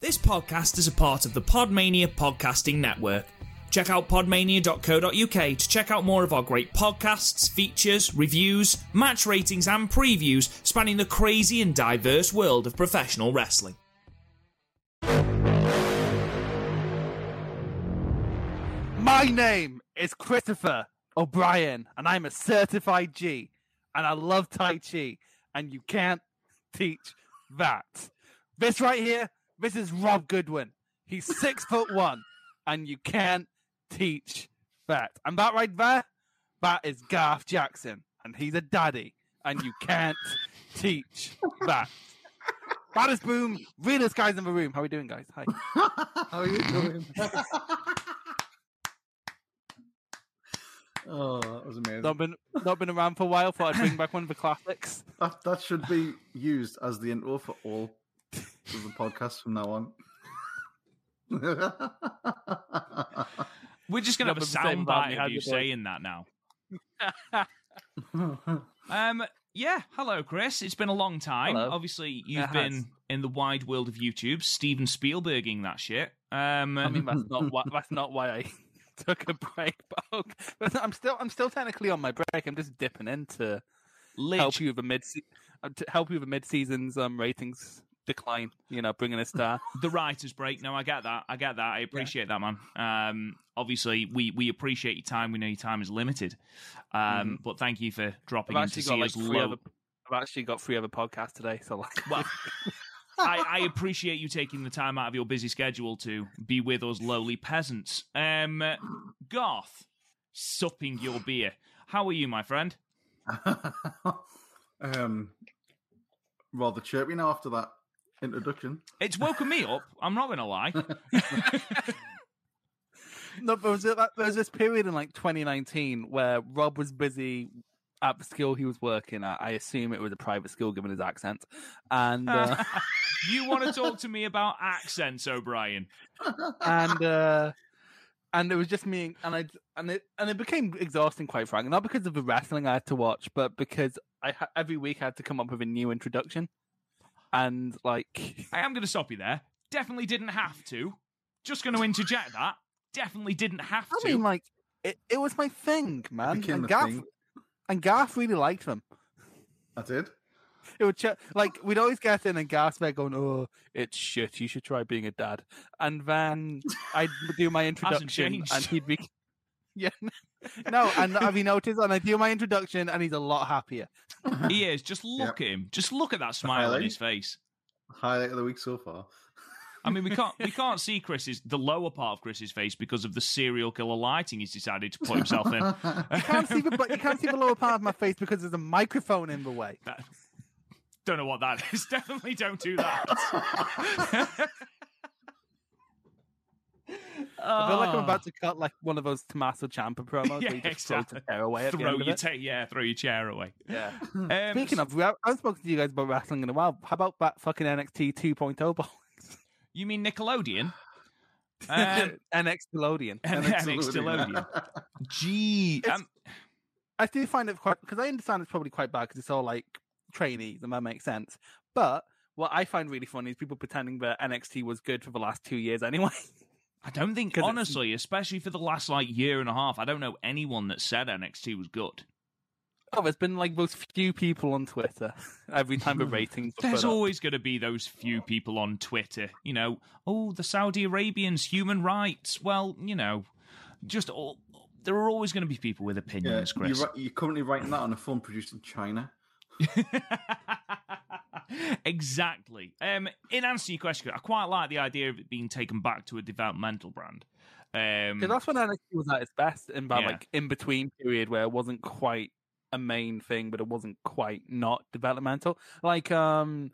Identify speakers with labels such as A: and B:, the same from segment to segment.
A: This podcast is a part of the Podmania Podcasting Network. Check out podmania.co.uk to check out more of our great podcasts, features, reviews, match ratings, and previews spanning the crazy and diverse world of professional wrestling.
B: My name is Christopher O'Brien, and I'm a certified G, and I love Tai Chi, and you can't teach that. This right here, this is Rob Goodwin. He's six foot one, and you can't teach that. And that right there, that is Garth Jackson, and he's a daddy, and you can't teach that. That is Boom, realest guys in the room. How are we doing, guys? Hi.
C: How are you doing? oh, that was amazing.
B: Not been not been around for a while. Thought I'd bring back one of the classics.
C: That, that should be used as the intro for all of the podcasts from now on.
D: We're just gonna
B: No,
D: have a
B: but the same Barney
D: soundbite
B: had
D: of you
B: before.
D: saying that now. Um, yeah. Hello, Chris. It's been a long time.
B: Hello.
D: Obviously, you've
B: It has.
D: been in the wide world of YouTube, Steven Spielberging that shit. Um,
B: I mean, that's not why. That's not why I took a break. But ok- but I'm still I'm still technically on my break. I'm just dipping in to help
D: lit-
B: you with the mid uh, to help you with the mid seasons um ratings decline. You know, bringing a star.
D: the writer's break. No, I get that. I get that. I appreciate that, man. Um, obviously, we we appreciate your time. We know your time is limited. Um, but thank you for dropping
B: Mm-hmm. I've
D: in to
B: actually
D: see
B: got like
D: us
B: three
D: low.
B: other. I've actually got three other podcasts today. So like,
D: Well, I, I appreciate you taking the time out of your busy schedule to be with us lowly peasants. Um, Garth, supping your beer. How are you, my friend?
C: um, rather chirpy now after that introduction.
D: It's woken me up. I'm not going to lie.
B: No, there was, a, there was this period in like 2019 where Rob was busy at the school he was working at. I assume it was a private school given his accent. And uh,
D: you want to talk to me about accents, O'Brien?
B: and uh, and it was just me and I and it and it became exhausting quite frankly, not because of the wrestling I had to watch, but because I ha- every week I had to come up with a new introduction. And like
D: I am going to stop you there. Definitely didn't have to. Just going to interject that. Definitely didn't have
B: I
D: to.
B: mean like it, it was my thing, man.
C: became
B: And
C: the
B: Garth,
C: thing.
B: and Garth really liked them.
C: I did.
B: It would ch- like we'd always get in and gasp there going, "Oh, it's shit. You should try being a dad." And then I'd do my introduction,
D: changed.
B: and he'd be, yeah, no. And have you noticed? And I do my introduction, and he's a lot happier.
D: he is. Just look at him. Just look at that smile on
C: Smiling.
D: his face.
C: Highlight of the week so far.
D: I mean, we can't we can't see Chris's the lower part of Chris's face because of the serial killer lighting he's decided to put himself in.
B: You can't see the but you can't see the lower part of my face because there's a microphone in the way.
D: That- don't know what that is. Definitely don't do that.
B: I feel like I'm about to cut like one of those Tommaso Ciampa promos. where
D: Ah. Yeah,
B: you just throw
D: exactly.
B: to tear away at the
D: throw
B: end of
D: your
B: it.
D: ta- yeah, throw your chair away.
B: yeah.
D: Um,
B: Hmm. Speaking of, we have- I haven't spoken to you guys about wrestling in a while. How about that fucking NXT 2.0 ball?
D: you mean Nickelodeon? Um,
B: NXT Nickelodeon.
D: and Nickelodeon. Gee,
B: It's-
D: um,
B: I do find it quite because I understand it's probably quite bad because it's all like trainees and that makes sense. But what I find really funny is people pretending that NXT was good for the last two years anyway.
D: I don't think
B: 'Cause it's-
D: honestly, especially for the last like year and a half, I don't know anyone that said NXT was good.
B: oh, there's been like those few people on Twitter every time the ratings. were
D: There's
B: put up.
D: always going to be those few people on Twitter, you know, oh, the Saudi Arabians, human rights. Well, you know, just all. There are always going to be people with
C: Yeah,
D: opinions,
C: you're,
D: Chris.
C: ri- you're currently writing that on a film produced in China.
D: exactly. Um, in answer to your question, I quite like the idea of it being taken back to a developmental brand. Um,
B: 'Cause that's when NXT was at its best in that
D: Yeah.
B: like in between period where it wasn't quite a main thing, but it wasn't quite not developmental. Like um,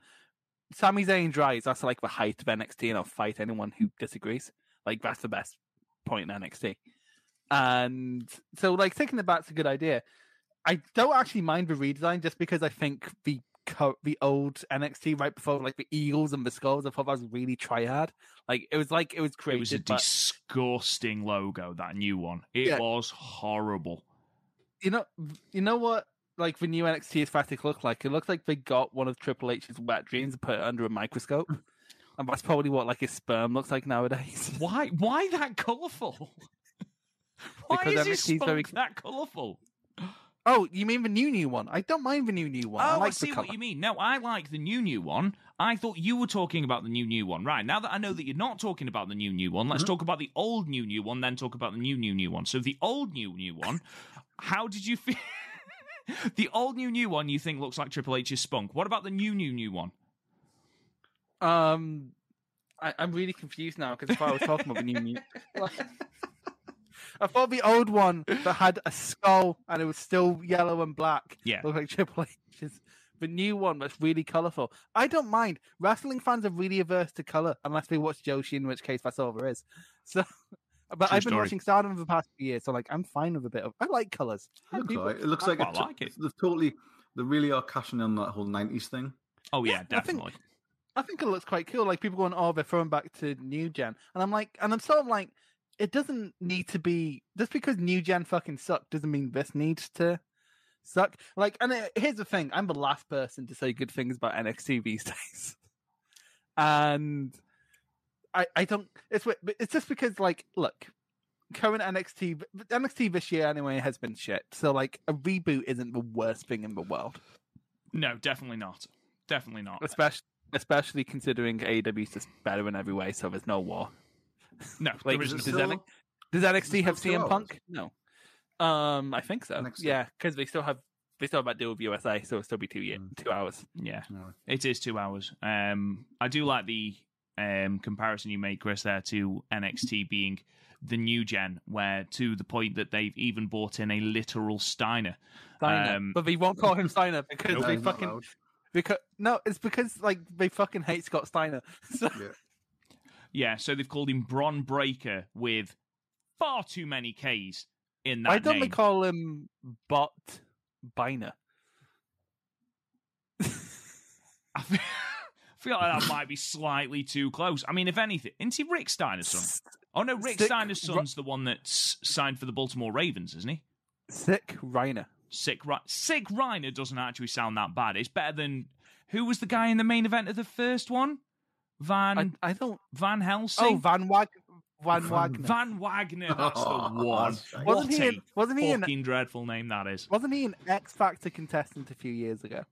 B: Sami Zayn Rise, that's like the height of NXT, and I'll fight anyone who disagrees. Like that's the best point in NXT. And so, like taking it back's a good idea. I don't actually mind the redesign just because I think the co- the old NXT right before like the Eagles and the Skulls, I thought that was really triad. Like it was like it was
D: it
B: created.
D: was a
B: by-
D: disgusting logo, that new one. It
B: Yeah.
D: was horrible.
B: you know, you know what? Like the new NXT is practically look like. It looks like they got one of Triple H's wet dreams and put it under a microscope. And that's probably what like his sperm looks like nowadays.
D: Why? Why that colourful? why is
B: Because
D: his
B: MST is
D: spunk
B: very-
D: that colourful?
B: Oh, you mean the new new one? I don't mind the new new one. I
D: oh, I
B: like
D: see
B: the
D: what
B: colour.
D: you mean. No, I like the new new one. I thought you were talking about the new new one. Right now that I know that you're not talking about the new new one,
B: Hmm?
D: let's talk about the old new new one. Then talk about the new new new one. So the old new new one. how did you feel? the old new new one you think looks like Triple H's spunk. What about the new new new one?
B: Um, I, I'm really confused now because if I was talking about the new new, I thought the old one that had a skull and it was still yellow and black.
D: Yeah.
B: looked like Triple H's. The new one that's really colourful. I don't mind. Wrestling fans are really averse to colour unless they watch Joshi, in which case that's all there is. So, but
D: True
B: I've been
D: story.
B: watching Stardom for the past few years, so like I'm fine with a bit of. I like colours.
C: It looks
B: People-
C: like it looks
D: I
C: like, a
D: quite
C: to-
D: like it.
C: They're totally, they really are cashing in on that whole '90s thing.
D: Oh yeah,
B: Yeah, I think-
D: definitely.
B: I think it looks quite cool. Like people going, oh, they're throwing back to new gen, and I'm like, and I'm sort of like, it doesn't need to be just because new gen fucking sucked doesn't mean this needs to suck. Like, and it, here's the thing: I'm the last person to say good things about NXT these days, and I I don't. It's wi- but it's just because like, look, current NXT b- NXT this year anyway has been shit. So like, a reboot isn't the worst thing in the world,
D: No, definitely not. Definitely not.
B: especially. Especially considering AEW's just better in every way, so there's no war.
D: No,
B: Like,
D: there
C: Is
D: isn't.
C: it
B: does,
D: a-
C: still-
B: NXT does NXT have
C: still two
B: CM
C: hours?
B: Punk? No. Um, I think so.
C: NXT.
B: Yeah, because they still have they still have that deal with USA, so it'll still be two year,
C: Mm.
B: two hours.
D: Yeah,
C: Alright.
D: it is two hours. Um, I do like the um comparison you made, Chris, there to NXT being the new gen, where to the point that they've even bought in a literal Steiner.
B: Steiner,
D: Um,
B: but they won't call him Steiner because
C: No,
B: they
C: he's not
B: fucking
C: allowed.
B: because no, it's because like they fucking hate Scott Steiner. So
C: Yeah.
D: Yeah, so they've called him Bron Breaker with far too many Ks in that
B: why don't they
D: name.
B: call him Bot Biner?
D: I feel, I feel like that might be slightly too close. I mean, if anything, isn't he Rick Steiner's son? Oh no, Rick
B: Sick-
D: Steiner's son's the one that's signed for the Baltimore Ravens, isn't he?
B: Sick Reiner.
D: Sick Ri- Sick Reiner doesn't actually sound that bad. It's better than who was the guy in the main event of the first one? Van
B: I, I don't.
D: Van
B: Oh,
D: Helsing.
B: Van Wag Van,
C: Van-
B: Wagner.
D: Van Wagner. That's
C: Oh,
D: the one.
C: that's right.
D: What
B: Wasn't he
D: a
B: in- wasn't he in-
D: fucking dreadful name that is.
B: Wasn't he an X Factor contestant a few years ago?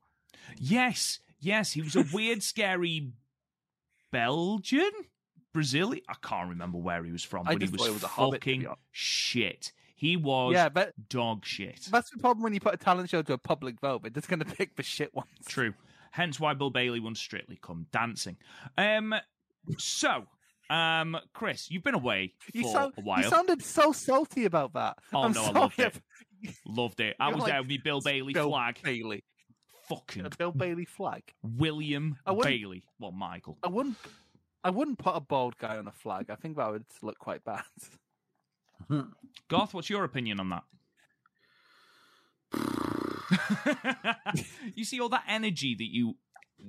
D: Yes, yes, he was a weird, scary Belgian, Brazilian. I can't remember where he was from,
B: I
D: but he
B: just
D: was,
B: thought he was a hobbit, to be
D: fucking
B: honest.
D: shit. He was
B: Yeah, but
D: dog shit.
B: That's the problem when you put a talent show to a public vote. They're just going to pick the shit ones.
D: True. Hence why Bill Bailey won Strictly Come Dancing. Um, so, um, Chris, you've been away for
B: You, sound,
D: a while.
B: you sounded so salty about that.
D: Oh,
B: I'm
D: no, I
B: sorry.
D: loved it. Loved it. I
B: You're
D: was
B: like
D: there with me Bill Bailey
B: Bill
D: flag.
B: Bailey.
D: Fucking
B: A Bill Bailey flag.
D: William
B: I wouldn't-
D: Bailey. Well, Michael.
B: I wouldn't. I wouldn't put a bald guy on a flag. I think that would look quite bad.
D: Garth, what's your opinion on that? you see all that energy that you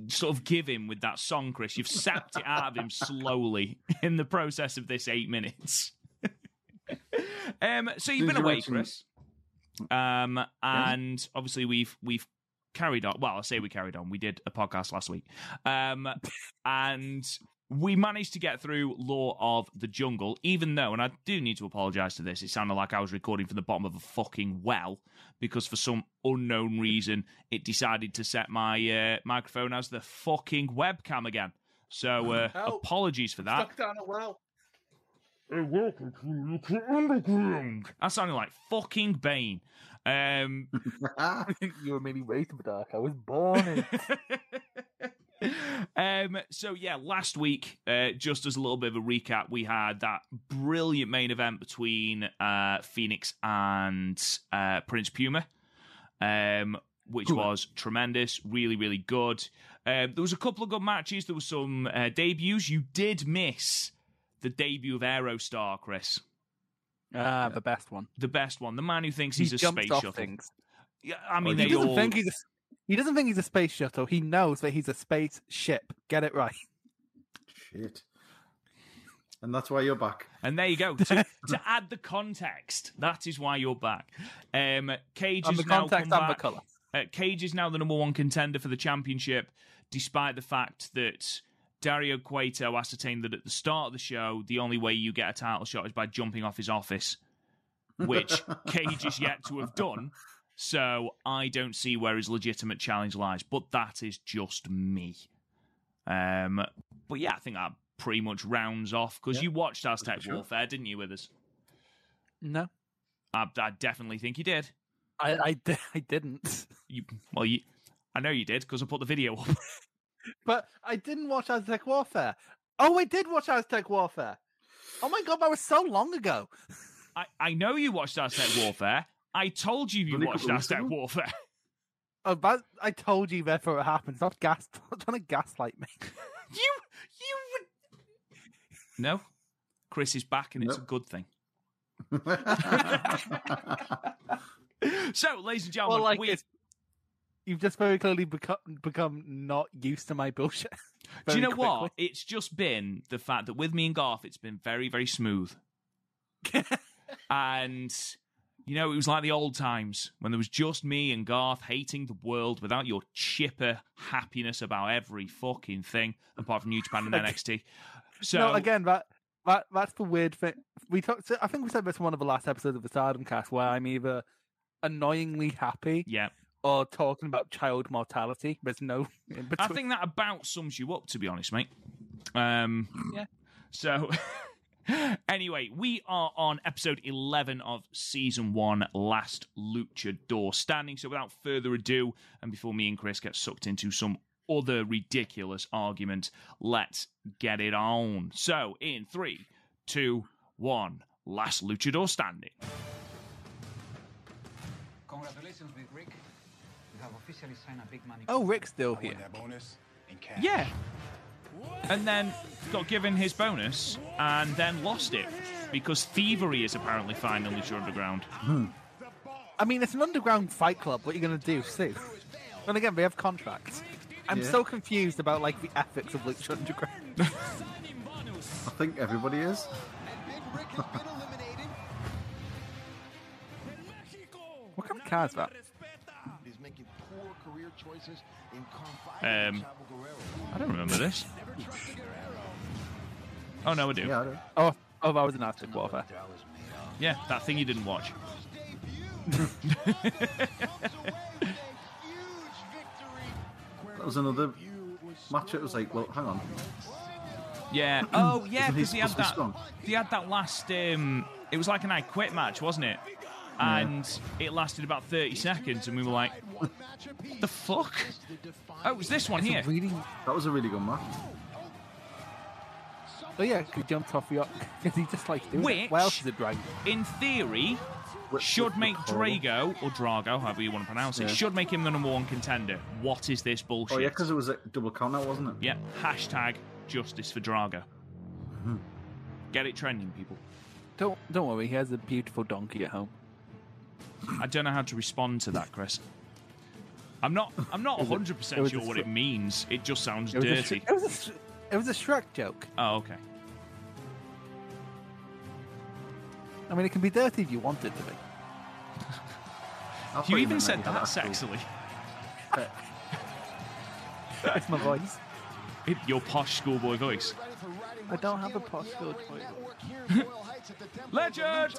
D: sort of give him with that song, Chris. You've sapped it out of him slowly in the process of this eight minutes. um, so you've
C: Did
D: been
C: you
D: away,
C: mention-
D: Chris. Um, and obviously we've we've carried on. Well, I say we carried on. We did a podcast last week. Um, and we managed to get through Law of the Jungle, even though, and I do need to apologize to this, it sounded like I was recording from the bottom of a fucking well because for some unknown reason it decided to set my uh, microphone as the fucking webcam again. So uh,
B: Help.
D: apologies for that.
B: down a well.
D: That sounded like fucking Bane. Um,
B: you were maybe way too dark. I was born. In...
D: um, so yeah, last week, uh, just as a little bit of a recap, we had that brilliant main event between uh, Phoenix and uh, Prince Puma, um, which
C: Puma.
D: was tremendous, really, really good. Um, there was a couple of good matches. There was some uh, debuts. You did miss the debut of Aerostar, Chris,
B: Ah, the best one.
D: the best one, the man who thinks
B: He
D: he's a
B: jumps
D: space
B: off
D: shuttle.
B: things.
D: Yeah, I mean,
C: Or
D: they
B: He doesn't
D: all
B: think he's. A... He doesn't think he's a space shuttle. He knows that he's a space ship. Get it right.
C: Shit. And that's why you're back.
D: And there you go. To, to add the context, that is why you're back. Um, Cage
B: And
D: is
B: the
D: now come
B: context and the
D: back.
B: colour.
D: Uh, Cage is now the number one contender for the championship, despite the fact that Dario Cueto ascertained that at the start of the show, the only way you get a title shot is by jumping off his office, which Cage is yet to have done. So I don't see where his legitimate challenge lies, but that is just me. Um, but yeah, I think that pretty much rounds off because
C: Yeah.
D: you watched Aztec
C: sure.
D: Warfare, didn't you, with us?
B: No,
D: I, I definitely think you did.
B: I I, di- I didn't.
D: You well, you, I know you did because I put the video up.
B: But I didn't watch Aztec Warfare. Oh, I did watch Aztec Warfare. Oh my god, that was so long ago.
D: I, I know you watched Aztec Warfare. I told you you
C: Really
D: watched
C: cool,
D: Aztec
C: isn't it?
D: Warfare.
B: Oh, but I told you therefore it happened. Stop gas. Stop trying to gaslight me.
D: You, you. would- No, Chris is back, and it's a
C: Nope.
D: good thing.
C: That's
D: So, ladies and
B: Well,
D: gentlemen,
B: like
D: we,
B: it's, you've just very clearly become become not used to my bullshit.
D: do you
B: very
D: know
B: quickly.
D: what? It's just been the fact that with me and Garth, it's been very, very smooth. and you know, it was like the old times when there was just me and Garth hating the world without your chipper happiness about every fucking thing, apart from New Japan and NXT. So
B: no, again, that that that's the weird thing. We talked. I think we said this in one of the last episodes of the Stardom Cast, where I'm either annoyingly happy
D: yeah,
B: or talking about child mortality. There's no in between.
D: I think that about sums you up, to be honest, mate. Um,
B: Yeah.
D: So, anyway, we are on episode 11 of season one, Last Luchador Standing. So, without further ado, and before me and Chris get sucked into some other ridiculous argument, let's get it on. So, in three, two, one, Last Luchador Standing.
E: Congratulations, Big Rick. You have officially signed a big money.
B: Oh, Rick's still
F: I
B: here.
F: want that bonus in cash.
D: Yeah. And then got given his bonus and then lost it because thievery is apparently fine on Lucha Underground.
B: I mean, it's an underground fight club. What are you going to do, Sue? And again, they have contracts. I'm
C: Yeah.
B: so confused about like the ethics of Lucha Underground.
C: I think everybody is.
B: What kind of car is that?
F: He's making poor career choices in confiding
D: Um,
F: in Chavo Guerrero.
D: I don't remember this. Oh, no, I do.
C: Yeah, I don't.
B: Oh, oh, that was an Aztec Warfare.
F: Dallas Mayock.
D: Yeah, that thing you didn't watch.
C: That was another match. It was like, well, hang on.
D: Yeah. Oh, yeah,
C: Isn't he
D: because he had that.
C: supposed to be
D: He had that last. Um, it was like an I quit match, wasn't it? And it lasted about thirty seconds, and we were like, "The fuck." Oh, it was this one here.
B: Really?
C: That was a really good match.
B: Oh yeah, 'cause he jumped off the. Because he just likes doing
D: Which-
B: it. What else is it dragon?
D: In theory,
C: With-
D: should
C: with
D: make
C: Nicole.
D: Drago or Drago, however you want to pronounce it,
C: Yeah.
D: should make him the number one contender. What is this bullshit?
C: Oh yeah, because it was a double count out, wasn't it?
D: Yep. Hashtag justice for Drago.
B: Mm-hmm.
D: Get it trending, people.
B: Don't don't worry, he has a beautiful donkey at home.
D: I don't know how to respond to that, Chris. I'm not. I'm not 100
B: it
D: percent
B: was
D: sure
B: a
D: what
B: fr-
D: it means. It just sounds
B: It was a
D: dirty.
B: Shr- it was a Shr- it was a Shrek joke.
D: oh, okay.
B: I mean, it can be dirty if you want it to be.
C: I
D: You
C: thought
D: even
C: meant
D: said
C: he
D: that
C: had actual
D: sexily.
C: pet.
B: It's my voice.
D: It- your posh schoolboy voice.
B: I don't have a posh good voice.
D: Legend!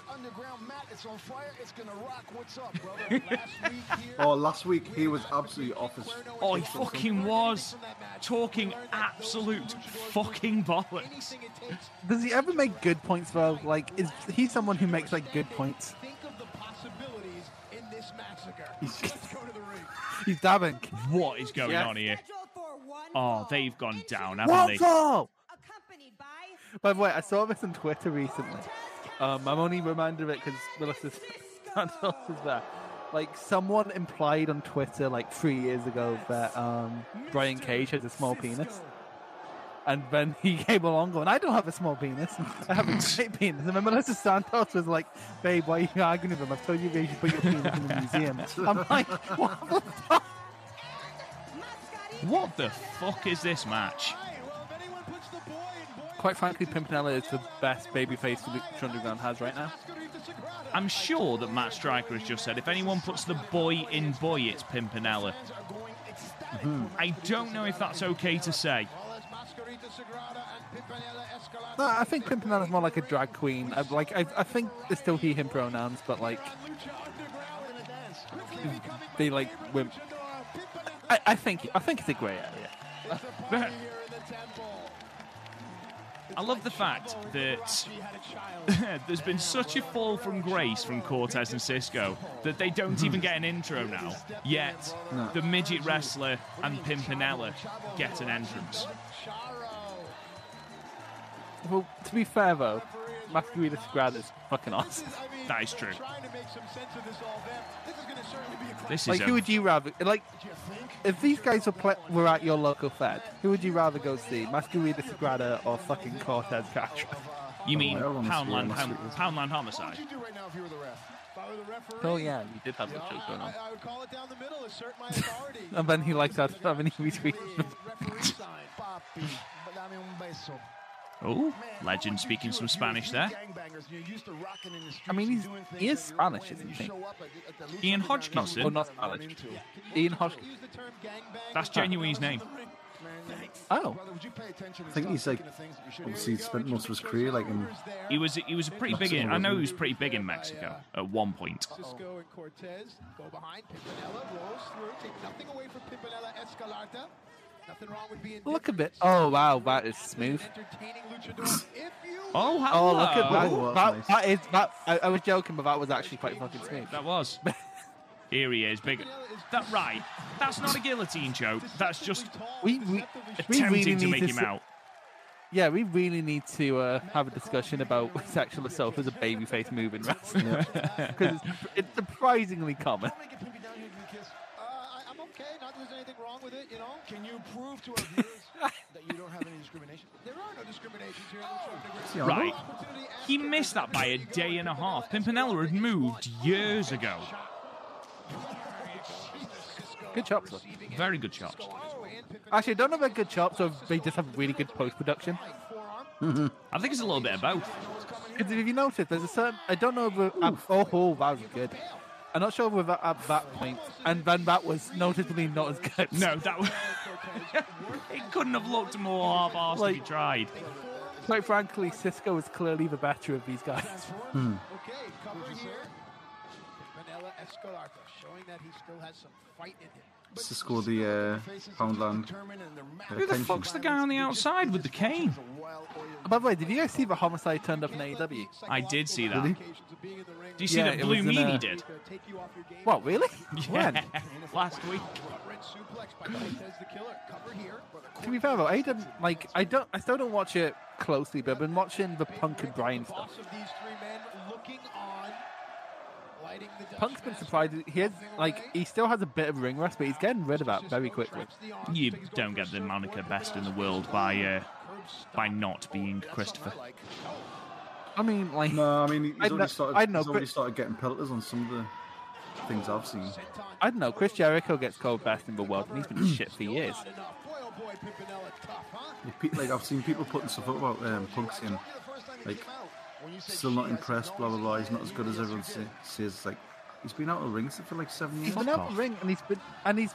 C: Oh, last week he was absolutely off his.
D: Oh, he fucking was talking absolute fucking bollocks.
B: Does he ever make good points though? Like, is he someone who makes like good points?
F: Think of the possibilities in this massacre. Let's go to the ring.
B: He's dabbing.
D: What is going
B: Yeah.
D: on here?
G: Oh, they've gone down, haven't
B: What
D: they?
B: for?
G: they?
B: By the way, I saw this on Twitter recently. Um, I'm only reminded of it because Melissa's Santos is there. Like, someone implied on Twitter like three years ago that um, Brian Cage has a small penis. And then he came along going, I don't have a small penis. I have a great penis. And then Melissa Santos was like, Babe, why are you arguing with him? I've told you you should put your penis in the museum. I'm like, what the fuck?
D: What the fuck is this match?
F: Hey, well, if anyone puts the boy in boy
B: Quite frankly, Pimpinella is the best babyface Lucha Underground has right now.
F: Oscarita Sagrada.
D: I'm sure that Matt Stryker has just said if anyone puts the boy in boy, it's
B: Mm-hmm.
D: Pimpinella. I don't know if that's okay to say.
F: Well, as Mascarita
B: No, I think Pimpinella is more like a drag queen. I, like I, I think it's still he him pronouns, but like they like wimp. I, I think I think it's a grey area.
D: I love the fact that there's been such a fall from grace from Cortez and Cisco that they don't even get an intro now. Yet the midget wrestler and Pimpinella get an entrance.
B: Well, to be fair though, Masquerita Sagrada is fucking awesome.
D: That is true. This is
B: Like,
D: a-
B: who would you rather? Like, if these guys were play, were at your local Fed, who would you rather go see, Masquerita Sagrada or fucking Cortez Castro?
D: you mean
C: Oh, I wanna see
D: Poundland
C: what
D: Hound-
C: this is.
D: Poundland Homicide?
F: you do right now if you were the ref? If I were the referee,
B: Oh yeah, you did have some
F: I,
B: shows going on.
F: I, I would call it down the middle, assert my authority.
B: And then he likes how how many retweets.
F: Referee sign. Papi, dame un beso.
D: Oh,
F: Man,
D: legend
F: how
D: speaking
F: would
D: some
F: you do
D: Spanish
F: if
D: there.
F: you gangbangers, you're used to rocking in the streets
B: I mean,
F: and
B: he's-
F: doing
B: he
F: things
B: is
F: that you're
B: Spanish,
F: wrong,
B: isn't
F: and you
B: he?
F: show up at- at the
D: Ian
F: loser ground,
D: Hodgkinson.
F: you
B: Oh, not
F: run
B: Spanish.
F: into.
B: Ian Hodgkinson.
F: Use the term gangbang.
D: That's genuinely his name.
B: Oh,
F: Brother, would you pay attention and
C: I think
F: stop
C: he's, like,
F: thinking of things that you should-
C: obviously
F: Here we go,
C: spent most of his
F: Cisco's
C: career, like, in-
F: numbers there.
D: He was he was pretty big in I know he was pretty big in Mexico at one point.
F: Cisco and Cortez go behind. Pimpinella rolls through. Take nothing away from Pimpinella Escalata. Nothing wrong with being
B: look a
F: different.
B: bit. Oh wow, that is smooth.
F: Entertaining luchador. if you
D: Oh, hello.
B: Oh look at that.
C: Oh,
B: that,
C: nice.
B: that is that. I, I was joking, but that was actually quite fucking smooth.
D: That was. Here he is, big. That right? That's not a guillotine joke. That's just
B: We we, we
D: attempting
B: really
D: to
B: need
D: make
B: to
D: him
B: s-
D: out.
B: Yeah, we really need to uh, have a discussion about sexual assault as a babyface move in wrestling because it's, it's surprisingly common.
F: Don't make it pimpy down here, you kiss. Uh, I, I'm okay. Not that there's anything wrong with it, you know. Can you prove to our viewers that you don't have any discrimination? There are no discriminations here.
C: See, I
D: Right.
C: know-
D: He missed that by a day and a half. Pimpinella had moved years ago.
B: Good chops. though.
D: Very good chops.
B: Actually, I don't know if they're good chops or if they just have really good post production.
D: I think it's a little bit of both.
B: Because if you notice, there's a certain. I don't know if we're at, oh, oh, that was good. I'm not sure if we're at that point, and then that was noticeably not as good.
D: No, that was. it couldn't have looked more half-assed if
B: Like-
D: he tried.
B: Quite frankly, Cisco was clearly the better of these guys.
F: Okay, cover here. Manella Escalante showing that he still has some fight in him. But
C: This is called the uh, Poundland.
D: Who the fuck's the guy on the outside with the cane?
B: By the way, did you guys see the homicide turned up in E AEW?
D: I did see that. Did you see
B: Yeah,
D: that
B: it
D: Blue
B: was in
D: Meanie
B: a-
D: did?
B: What, really?
D: Yeah,
B: When?
D: last week.
B: To be fair though, I didn't like. I don't. I still don't watch it closely, but I've been watching the Punk and Brian stuff. Punk's been surprised. He has like he still has a bit of ring rust, but he's getting rid of that very quickly.
D: You don't get the moniker best in the world by uh, by not being Christopher.
B: I mean, like
C: No, I mean, he's
B: I
C: already,
B: know-
C: started,
B: I know,
C: he's already
B: but-
C: started getting pelters on some of the things I've seen.
B: I don't know. Chris Jericho gets called best in the world, and he's been shit for years.
F: oh
C: Like, pe- Like, I've seen people putting stuff up about um, Punk's in. Like, still not impressed, blah, blah, blah. He's not as good as everyone say, says. Like, he's been out of the ring for like seven
B: He's
C: years.
B: been out the ring, and he's been and he's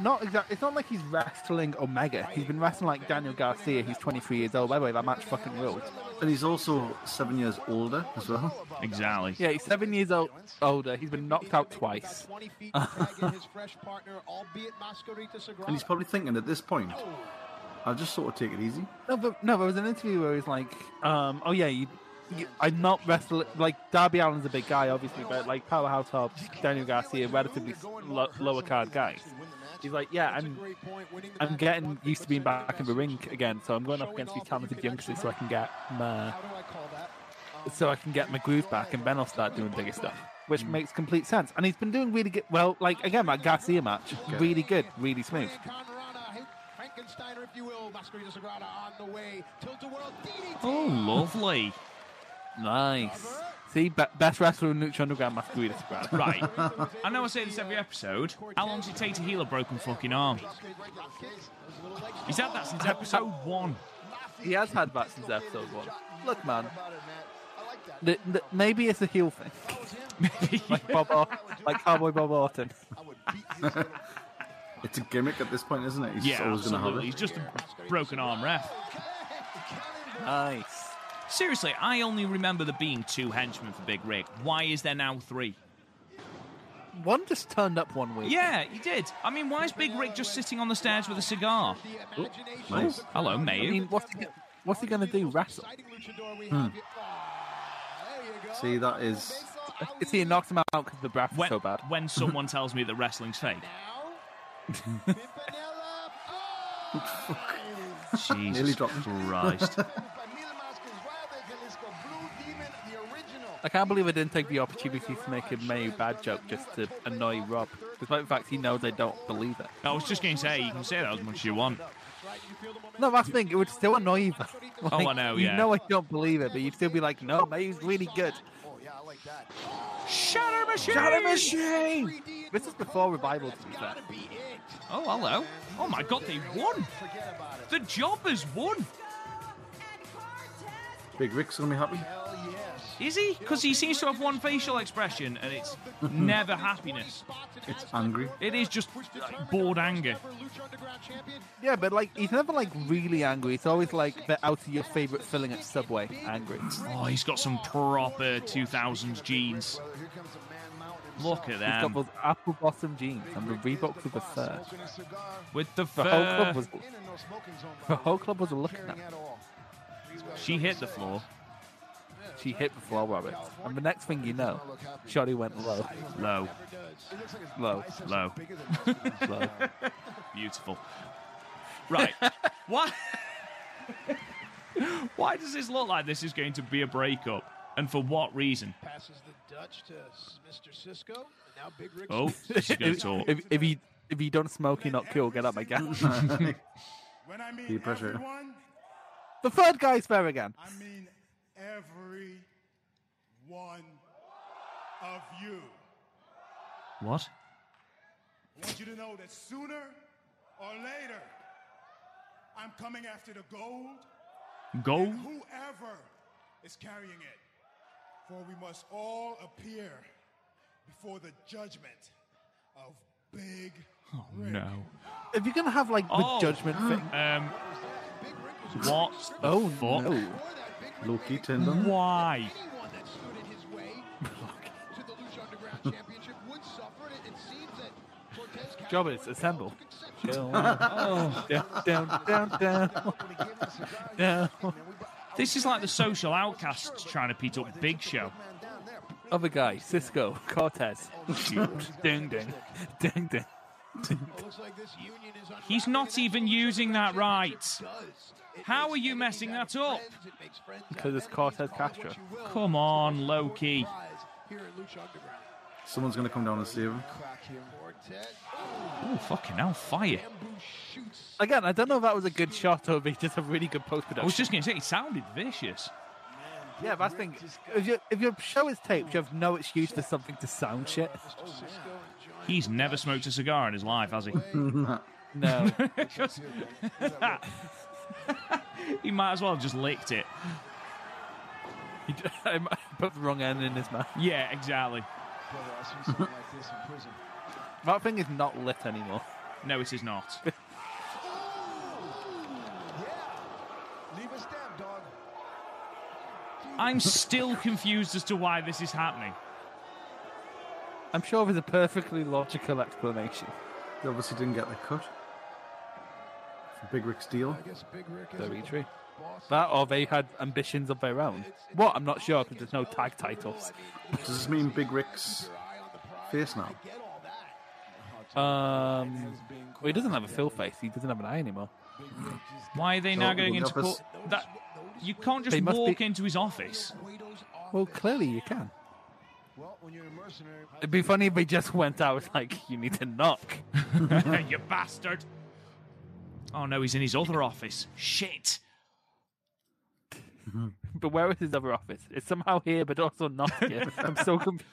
B: not exactly. It's not like he's wrestling Omega. He's been wrestling like Daniel Garcia, who's 23 years old. By the way, that match fucking ruled.
C: And he's also seven years older as well.
D: Exactly.
B: Yeah, he's seven years old older. He's been knocked out twice.
C: And he's probably thinking at this point, I'll just sort of take it easy.
B: No, but no, there was an interview where he's like, um, "Oh yeah, you, you, I'm not wrestling like Darby Allen's a big guy, obviously, but like Powerhouse Hobbs, Daniel Garcia, relatively s- lo- lower card guys." He's like, "Yeah, I'm, I'm getting used to being back in the ring again, so I'm going up against these talented youngsters so I can get my, so I can get my groove back, and then I'll start doing bigger stuff." Which makes complete sense, and he's been doing really good. Well, like again, that Garcia match, really good, really smooth.
F: Frankensteiner, if you will, Masquerita Sagrada on the way. Tilt a world DDT.
D: Oh, lovely.
B: Nice. See, be- best wrestler in Neutral Underground, Masquerita Sagrada.
D: Right. I know I say this every episode. How long does it take to heal a broken fucking arm? He's had that since episode one.
B: He has had that since episode one. Look, man. The, the, maybe it's a heel thing. like Bob, Or- like Cowboy Bob Orton.
C: It's a gimmick at this point, isn't it? He's
D: Yeah,
C: always going to have
D: absolutely.
C: it.
D: He's just a broken arm ref.
B: Nice.
D: Seriously, I only remember there being two henchmen for Big Rick. Why is there now three?
B: One just turned up one week.
D: Yeah, he did. I mean, why is Big Rick just sitting on the stairs with a cigar?
C: Nice.
D: Hello,
B: I
D: mate.
B: mean, what's he, what's he going to do? Wrestle? Hmm.
F: Ah,
C: See, that is.
B: Is he knocked him out because the breath was
D: when,
B: so bad?
D: when someone tells me that wrestling's fake.
C: Nearly
D: Jesus
C: dropped.
D: Christ.
B: I can't believe I didn't take the opportunity to make a Mayu bad joke just to annoy Rob, despite the fact he knows I don't believe it.
D: I was just going to say, you can say that as much as you want.
B: No, that's the thing. It would still annoy you. though. Like,
D: Oh, I know,
B: You
D: yeah.
B: know I don't believe it, but you'd still be like, no, Mayu's really good.
D: Shatter machine!
B: machine! This is before Revival, to be fair.
D: Oh, hello. Oh my god, they won! The jobbers won!
C: Big Rick's gonna be happy.
D: Is he? Because he seems to have one facial expression and it's never happiness.
C: It's angry.
D: It is just like, bored anger.
B: Yeah, but like, he's never like really angry. It's always like the out of your favorite filling at Subway angry.
D: Oh, he's got some proper 2000s jeans. Look at
B: He's got
D: them.
B: those apple bottom jeans and the Reeboks with the fur.
D: With the
B: The whole club
D: fur.
B: was the whole club was looking at. him.
D: She hit the floor.
B: She hit the floor, Robert, and the next thing you know, Shoddy went low,
D: Low,
B: low,
D: low.
B: low.
D: Beautiful. Right. Why? Why does this look like this is going to be a breakup? And for what reason?
F: Passes the Dutch to Mr. Cisco. And now Big Rick.
D: Oh, she's going to talk.
B: if, if you if you don't smoke, you're not cool. Get up again.
H: When I mean
C: Peer pressure.
H: everyone,
B: the third guy's there again.
H: I mean every one of you.
D: What?
H: I want you to know that sooner or later, I'm coming after the gold
D: Gold?
H: and whoever is carrying it. For we must all appear before the judgment of Big
B: Oh,
H: Rick.
D: No.
B: If you're gonna have like the
D: Oh.
B: judgment thing,
D: Um. What? The
B: oh
D: fuck?
B: no,
C: Loki turned on.
D: Why?
F: Anyone that stood in his way to the Lucha Underground Championship would suffer it. It seems that Cortez
B: jobbers
F: Cowboy
B: assemble.
F: took
B: Go
F: exception
B: on. down, down, down, down.
F: when he gave him the cigar.
B: No.
D: This is like the social outcasts trying to beat up Big Show.
F: Man down there.
B: Other guy, Cisco, Cortez. ding ding. Ding ding.
F: It looks like this union is unraveling.
D: He's not even using that right.
F: Does. It
D: How
F: makes
D: are you
F: enemies
D: messing
F: out of
D: that up?
F: friends, it makes friends out
B: Because
F: of
B: it's
F: enemies,
B: Cortez
F: call it what
B: Castro.
F: you will.
D: Come on, Loki.
F: Prize Here at Lucha Underground.
C: Someone's gonna come down and save him.
F: Crack here. Cortez.
D: Oh, fucking hell, fire.
F: Bamboo shoots.
B: Again, I don't know if that was a good shot or if he just a really good post production.
D: I was just going to say, it sounded vicious.
B: yeah, that's the thing. If, you, if your show is taped, you have no excuse for something to sound shit.
D: He's never smoked a cigar in his life, has he?
B: No.
D: 'Cause- he might as well have just licked it.
B: He d- I might have put the wrong end in his mouth.
D: Yeah, exactly.
F: Brother, I see something like this in prison.
B: That thing is not lit anymore.
D: No, it is not.
F: Leave a stab, dog.
D: I'm still confused as to why this is happening.
B: I'm sure there's a perfectly logical explanation.
C: They obviously didn't get the cut. From Big Rick's deal.
F: I guess Big Rick is
B: Very
F: a
B: true.
F: boss.
B: That or they had ambitions of their own. What? I'm not sure because there's no tag titles.
C: Does this mean Big Rick's face now?
F: Get all that.
B: Um, well, he doesn't have a fill face. He doesn't have an eye anymore.
D: Why are they now
C: So,
D: going
C: we'll
D: into
C: help us-
D: court? That you can't
B: They
D: just
B: must
D: walk
B: be-
D: into his office.
F: Guido's off.
B: Well, clearly you can.
F: Well, when you're a mercenary,
B: It'd be funny if he just went out like, you need to knock.
D: you bastard! Oh no, he's in his other office. Shit!
B: But where is his other office? It's somehow here, but also not here. I'm so confused.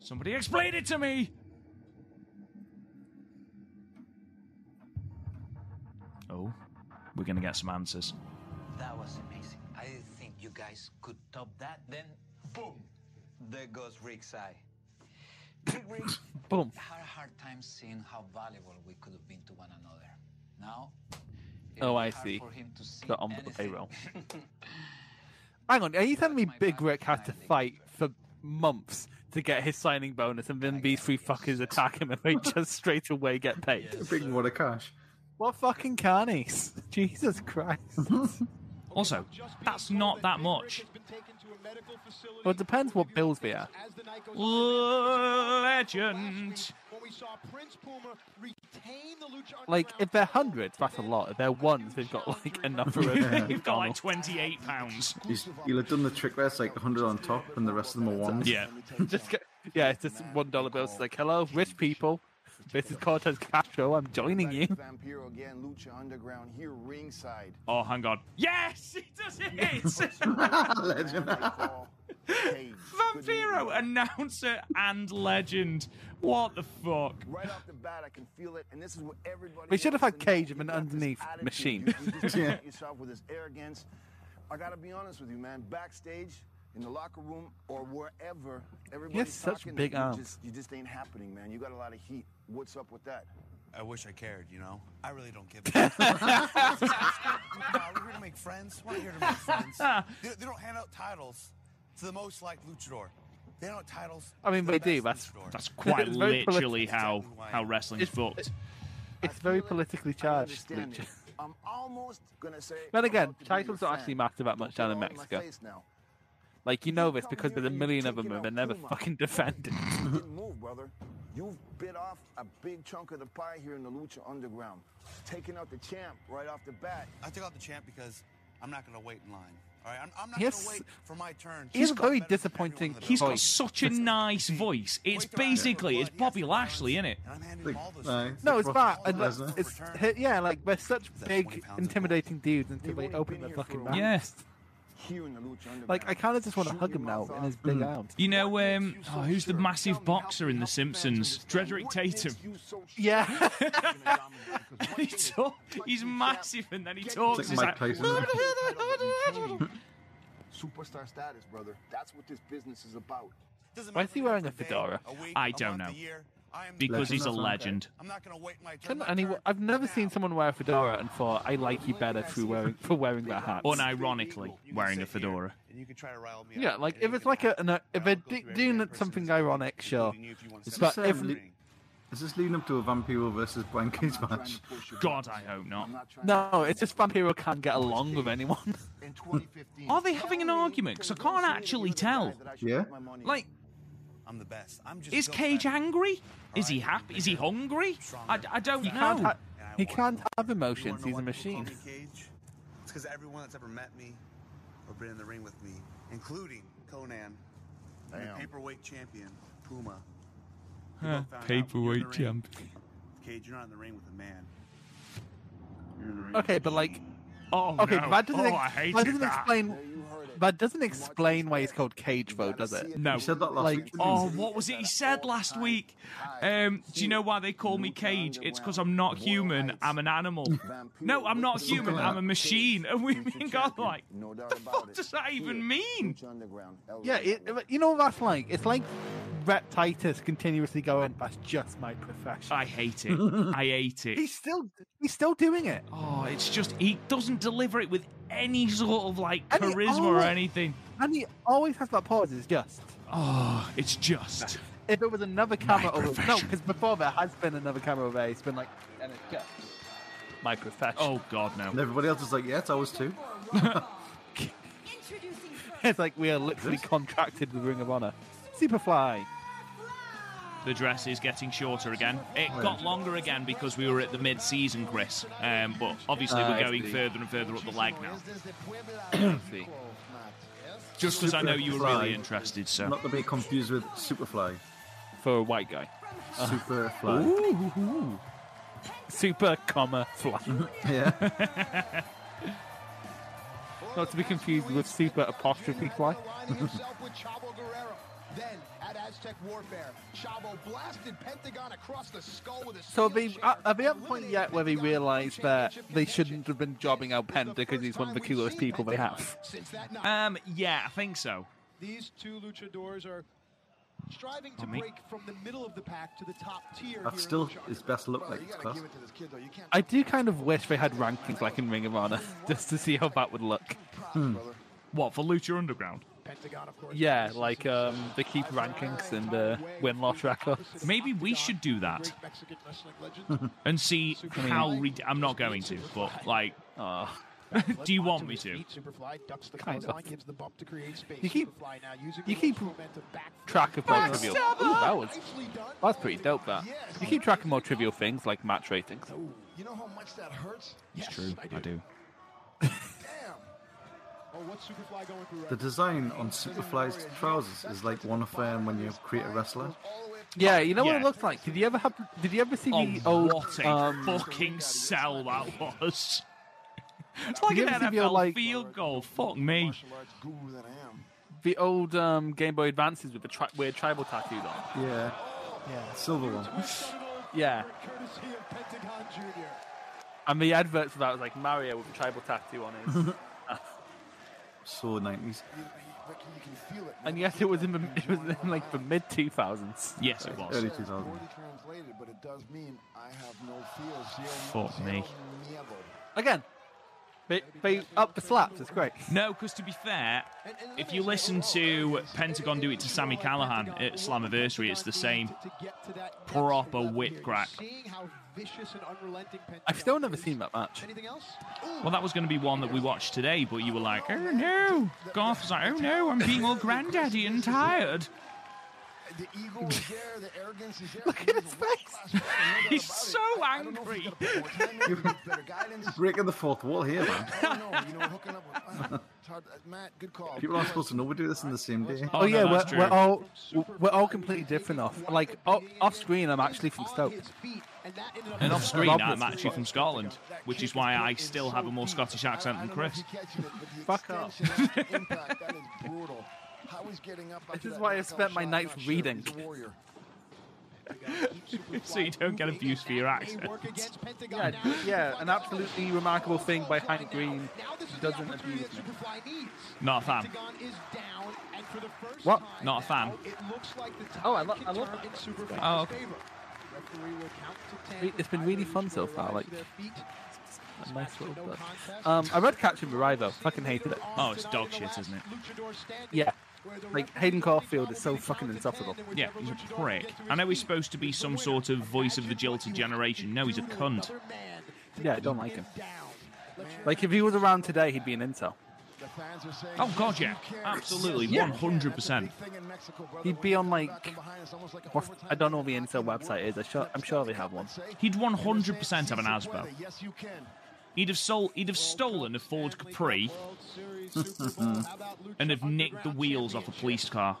D: Somebody explain it to me. Oh, we're gonna get some answers.
I: That was amazing. I didn't think you guys could top that. Then, boom, there goes Rick's eye. Big Rick
B: Boom.
I: had a hard time seeing how valuable we could have been to one another. Now,
B: Oh, I
I: hard
B: see.
I: for him to see
B: Got on the
I: anything.
B: payroll. Hang on, are you telling me Big Rick had to fight for months to get his signing bonus, and then these three fuckers attack him, and they just straight away get paid?
C: Big wad of cash.
B: What fucking carnies? Jesus Christ!
D: Also, that's not that much.
B: well, it depends what bills we are.
D: Legend.
B: Like, if they're hundreds, that's a lot. If they're ones, they've got like a number of.
D: You've got like twenty-eight pounds.
C: He's, he'll have done the trick where it's like 100 on top and the rest of them are ones.
D: Yeah.
B: Just get, yeah, it's just one dollar bills. It's like, hello, rich people. This is Cortez Castro. I'm joining you.
E: Vampiro again, Lucha Underground here ringside.
D: Oh, hang on. Yes, he does it.
C: Legend.
D: Vampiro, announcer and legend. What the fuck?
E: Right off the bat, I can feel it, and this is what everybody.
B: We should have
E: wants
B: had
E: to know.
B: Cage
E: You
B: and
E: got this
B: underneath
E: attitude,
B: machine.
E: dude. You just
C: Yeah.
E: present yourself with this arrogance. I gotta be honest with you, man. Backstage, in the locker room, or wherever, everybody's
B: such
E: talking.
B: big
E: you
B: arms.
E: Just, you just ain't happening, man. You got a lot of heat. What's up with that?
J: I wish I cared, you know. I really don't give a shit. no, we're here to make friends. We're not here to make friends. They, they don't hand out titles to the most like luchador. They don't titles.
B: I mean,
J: to the
B: they do,
J: best
B: that's-
J: luchador.
D: That's quite
B: It's very
D: literally
B: political.
D: how how wrestling's
B: It's-
D: booked.
B: It's very
E: feel it.
B: politically
E: I
B: charged.
E: understand it.
B: Lucha.
E: I'm almost gonna say.
B: Then
E: I'm
B: again,
E: about to be
B: titles
E: your
B: don't actually
E: fan.
B: matter that much
E: Don't
B: down in
E: get all my
B: Mexico.
E: face now.
B: Like you know this because there's a million of them and
E: and
B: they're never fucking defended.
E: didn't move, brother. You've bit off a big chunk of the pie here in the Lucha Underground. Taking out the champ right off the bat.
J: I took out the champ because I'm not going to wait in line. All right, I'm, I'm not
B: Yes.
J: going to wait for my turn.
B: He's
J: Just
B: got- very
J: better than
B: disappointing-
J: everyone in the
D: He's got
J: building.
B: voice.
D: such a nice voice. It's
J: Wait till I have
D: basically
J: blood.
D: it's
J: He has
D: Bobby
J: the
D: Lashley,
J: balance,
D: innit?
J: And I'm handing
C: Like,
J: him all those
C: aye.
J: things.
B: No, it's that. And
J: Brock
B: that-
J: Lesnar.
B: it's h- yeah, like they're such
J: that 20
B: big,
J: pounds of
B: intimidating dudes until
E: You've
B: they
E: only
B: open
E: been
B: their
E: here for
B: fucking
E: a
B: mouth.
E: while.
D: Yeah.
E: Here in the Lucha Underground.
B: Like I kind of just want to
E: Shoot
B: hug
E: your
B: him now
E: mouth
B: in
E: off.
B: his big arms.
D: You know,
E: What
D: um,
E: makes you so
D: oh, who's the
E: sure? Tell
D: massive
E: me,
D: boxer
E: help
D: in
E: me,
D: The
E: help fans
D: Simpsons?
E: understand.
D: Frederick
E: What makes
D: Tatum.
E: you so sure
B: Yeah.
E: you're gonna dominate? 'Cause
D: He's,
E: one thing is,
D: all- he's
E: you can't
D: massive, and then he
E: get
D: talks.
C: It's
D: He's
C: like
D: like,
C: Mike Tyson.
E: Superstar status, brother. That's what this business is about.
J: Doesn't
B: Why
J: matter
B: is he
J: if it's
B: wearing
J: a
B: a
J: day,
B: fedora?
J: a week,
D: I
J: a
D: don't
J: month, a
D: know.
J: year. I am-
D: because he's a
C: Legend, that's
D: legend.
J: I'm not going to wait my turn.
B: Can
J: My
B: anyone?
J: turn
B: I've never
J: now.
B: seen someone wear a fedora and thought I like you better through wearing for wearing that hat.
D: Unironically
J: You can
D: wearing
J: sit
D: a
J: here
D: fedora.
J: and you can try to rile me
B: Yeah,
J: up,
B: like
J: and
B: if
J: you
B: it's
J: can
B: like a
J: act
B: an, if
J: out. I'll go
B: they're do,
J: through every
B: doing
J: person
B: something
J: that's in the
B: ironic,
J: building,
B: sure.
J: including you if you want to
B: It's
J: send me
B: about
J: something
B: every-
J: to drink.
C: Is this leading up to a Vampiro versus Brian Cage
E: I'm not
C: match?
E: trying to push your
D: God,
E: buttons.
D: I hope not.
E: I'm not trying to-
B: No, it's just Vampiro can't get along with anyone.
E: in 2015.
D: Are they having an argument? 'Cause I can't actually tell.
C: Yeah.
D: like,
J: I'm the best. I'm just
D: is
J: built
D: Cage
J: that way.
D: angry? Is he happy? Is he hungry? I, I don't
B: Can't
D: know.
B: ha-
J: And I
B: he
J: want it.
B: can't have
J: You wanna
B: emotions.
J: know
B: He's a
J: why people call
B: machine.
J: me Cage? It's because everyone that's ever met me or been in the ring with me, including Conan, and the
E: Damn.
J: paperweight champion Puma. who both found out when you're in the ring- Cage, you're not in the ring with a man. You're in the ring
B: Okay, but like,
D: Oh
B: okay,
D: no!
B: but that doesn't,
D: oh,
B: ex-
D: I hated
B: that doesn't
D: that.
B: explain. That doesn't explain why he's called Cage, though,
E: vote,
B: does it?
D: No.
C: You said that last
B: Like-
C: week. didn't you?
D: Oh, what was it he said last week? Um, do you know why they call me Cage? It's because I'm not human. I'm an animal. No, I'm not human. I'm a machine. And we mean God like, the fuck does that even mean?
B: Yeah, it, you know what that's like. It's like Rep Titus continuously going, "That's just my profession."
D: I hate it. I hate it.
B: He's still he's still doing it.
D: Oh, it's just he doesn't deliver it with any sort of like
B: And he
D: charisma or
B: always-
D: anything.
B: And he always has that pause. It's just.
D: Oh, it's just
B: If it was another camera over, no,
D: profession.
B: because before there has been another camera over. It's been like, and it's just my profession.
D: oh god
C: And
D: no.
C: everybody else was like, yeah, it's ours too.
G: Introducing first,
B: it's like we are literally contracted with Ring of Honor. Superfly.
D: The dress is getting shorter again. It got longer again because we were at the mid-season, Chris. Um, but obviously
B: Ah,
D: we're
B: I
D: going
B: see.
D: further and further up the leg now. Just because I know you were really
C: Superfly.
D: interested, so
C: Not to be confused with Superfly.
B: for a white guy.
D: Uh.
C: Superfly.
B: Super comma fly.
C: Yeah.
B: Not to be confused with super apostrophe fly.
F: Aligning himself with Chavo Guerrero. Then, at Aztec Warfare, Chavo blasted Pentagon across the skull with a
B: So
F: steel
B: are they,
F: chair,
B: are are they at the point
F: eliminating
B: yet where they
F: Pentagon from
B: realise that they
F: championship contention?
B: shouldn't have been jobbing out Penta because he's one of the
F: First time
B: coolest
F: we've
B: people
F: seen
B: they
F: Pentagon
B: have?
F: since that night.
D: um, yeah, I think so.
F: These two luchadors are striving to
C: On me.
F: break from the middle of the pack to the top tier.
C: That's
F: here in
C: still
F: Lucha
C: his best look
F: Underground.
C: like his class.
B: I do kind of wish they had rankings like in Ring of Honor, just to see how that would look.
D: What for Lucha Underground?
F: Pentagon, of course.
B: Yeah, like um, they keep rankings and uh, win loss records.
D: Maybe we should do that
F: Mexican wrestling legend.
D: and see how. Re- I'm not going to, but like, do you want me to?
F: Superfly ducks the
D: Kind
F: clothesline,
D: of.
F: gives the bump to create space.
B: You keep-
F: Superfly now using
B: you
F: the
B: keep
F: launch momentum back.
B: Track of more trivial. Ooh, that was that was pretty dope. That you keep track of more trivial things like match ratings.
F: You know how much that hurts?
D: It's true. I do.
F: Oh, what's Superfly going through?
C: The design on Superfly's trousers is like one of um, when you create a wrestler.
B: Yeah, Oh, you know what
D: Yeah.
B: it looked like. Did you ever have? Did you ever see the old?
D: Oh, What a
B: um,
D: fucking sell that was! It's like
B: You
D: an
B: ever see the
D: NFL
B: like-
D: field goal. Fuck me.
B: The old um, Game Boy Advances with the tri- weird tribal tattoos on.
C: Yeah.
B: Yeah.
C: Silver one.
B: Yeah,
F: Courtesy of Pentagon Jr.
B: and the adverts for that was like Mario with a tribal tattoo on his.
C: So 90s.
B: and yes, it was in the it was in like the mid two thousands.
D: Yes, it was.
C: Early 2000s.
E: Translated, but it does mean I have no fear. Zero
D: Fuck me.
E: miedo.
B: Again, they they up the slaps. It's great.
D: No, because to be fair, if you listen to Pentagon do it to Sammy Callahan at Slammiversary, it's the same.
F: To get to that
D: Proper
F: next level
D: whip
F: here.
D: crack.
F: You're Seeing how vicious and unrelenting Pentagon
B: I've still never
F: is.
B: seen that match.
F: Anything else?
D: Well, that was going to be one that we watched today, but you were like, oh no. Garth was like, oh no, I'm being all granddaddy and tired.
E: The ego is there, the arrogance is there. Look at his face.
D: He's so angry.
C: Breaking the fourth wall here, man.
E: uh,
C: People aren't supposed to know we do this in the same day.
D: Oh,
B: Oh, yeah,
D: no, that's
B: we're, we're
D: true.
B: all we're all completely different off. Like off, off screen, I'm actually from Stoke.
D: And off screen,
B: Rob
D: I'm
B: was-
D: actually from Scotland, which is why I still have a more Scottish accent than Chris.
B: Fuck off. This is why I spent my nights reading.
D: So you don't get abused for your accent.
B: Yeah, yeah, an absolutely remarkable thing by Hank Green doesn't abuse me.
D: Not a fan.
F: Pentagon is down, and for the first
B: What?
F: time
D: Not a fan.
F: now, It looks like the
B: Oh, I
F: tide
B: lo-
F: can
B: I love
F: turn
B: that.
F: in Superfly's
D: Oh, okay.
F: favor. Referee will count to ten
B: Re-
F: for
B: it's been
F: either
B: really
F: of
B: fun
F: these
B: so
F: to
B: far,
F: arrive
B: like,
F: to their feet.
B: A nice little
F: No
B: blood.
F: contest.
B: Um, I read Catching Mirai though. Fucking hated it.
D: Oh, it's dog shit, isn't it?
F: Luchador standing,
B: Yeah.
F: where the
B: Like
F: referee
B: Hayden
F: only
B: Caulfield is so
F: counted
B: fucking
F: ten,
B: insufferable.
F: and
D: Yeah,
F: whichever
D: he's a
F: Luchador
D: prick.
F: gets to
D: I know
F: his
D: he's
F: feet
D: supposed to be
F: is the
D: some
F: winner.
D: sort of voice of the
F: Imagine
D: jilted
F: what you have to
D: generation. No, he's a
F: do to
D: cunt.
F: another man to
B: Yeah, I
F: keep
B: don't like him.
F: down. Let's
B: Like if he was around today, he'd be an intel.
D: Oh, God, yeah. Absolutely.
B: Yeah.
D: 100%.
B: He'd be on like, what, I don't know what the intel website is. I sure, I'm sure they have one.
D: He'd 100% have an Asbo.
E: Yes, you can.
D: He'd have, sold, he'd have stolen a Ford Capri
F: World Series, Super Bowl, how about Lucha
D: and have nicked the
F: Underground
D: wheels off a
F: Championship?
D: police car.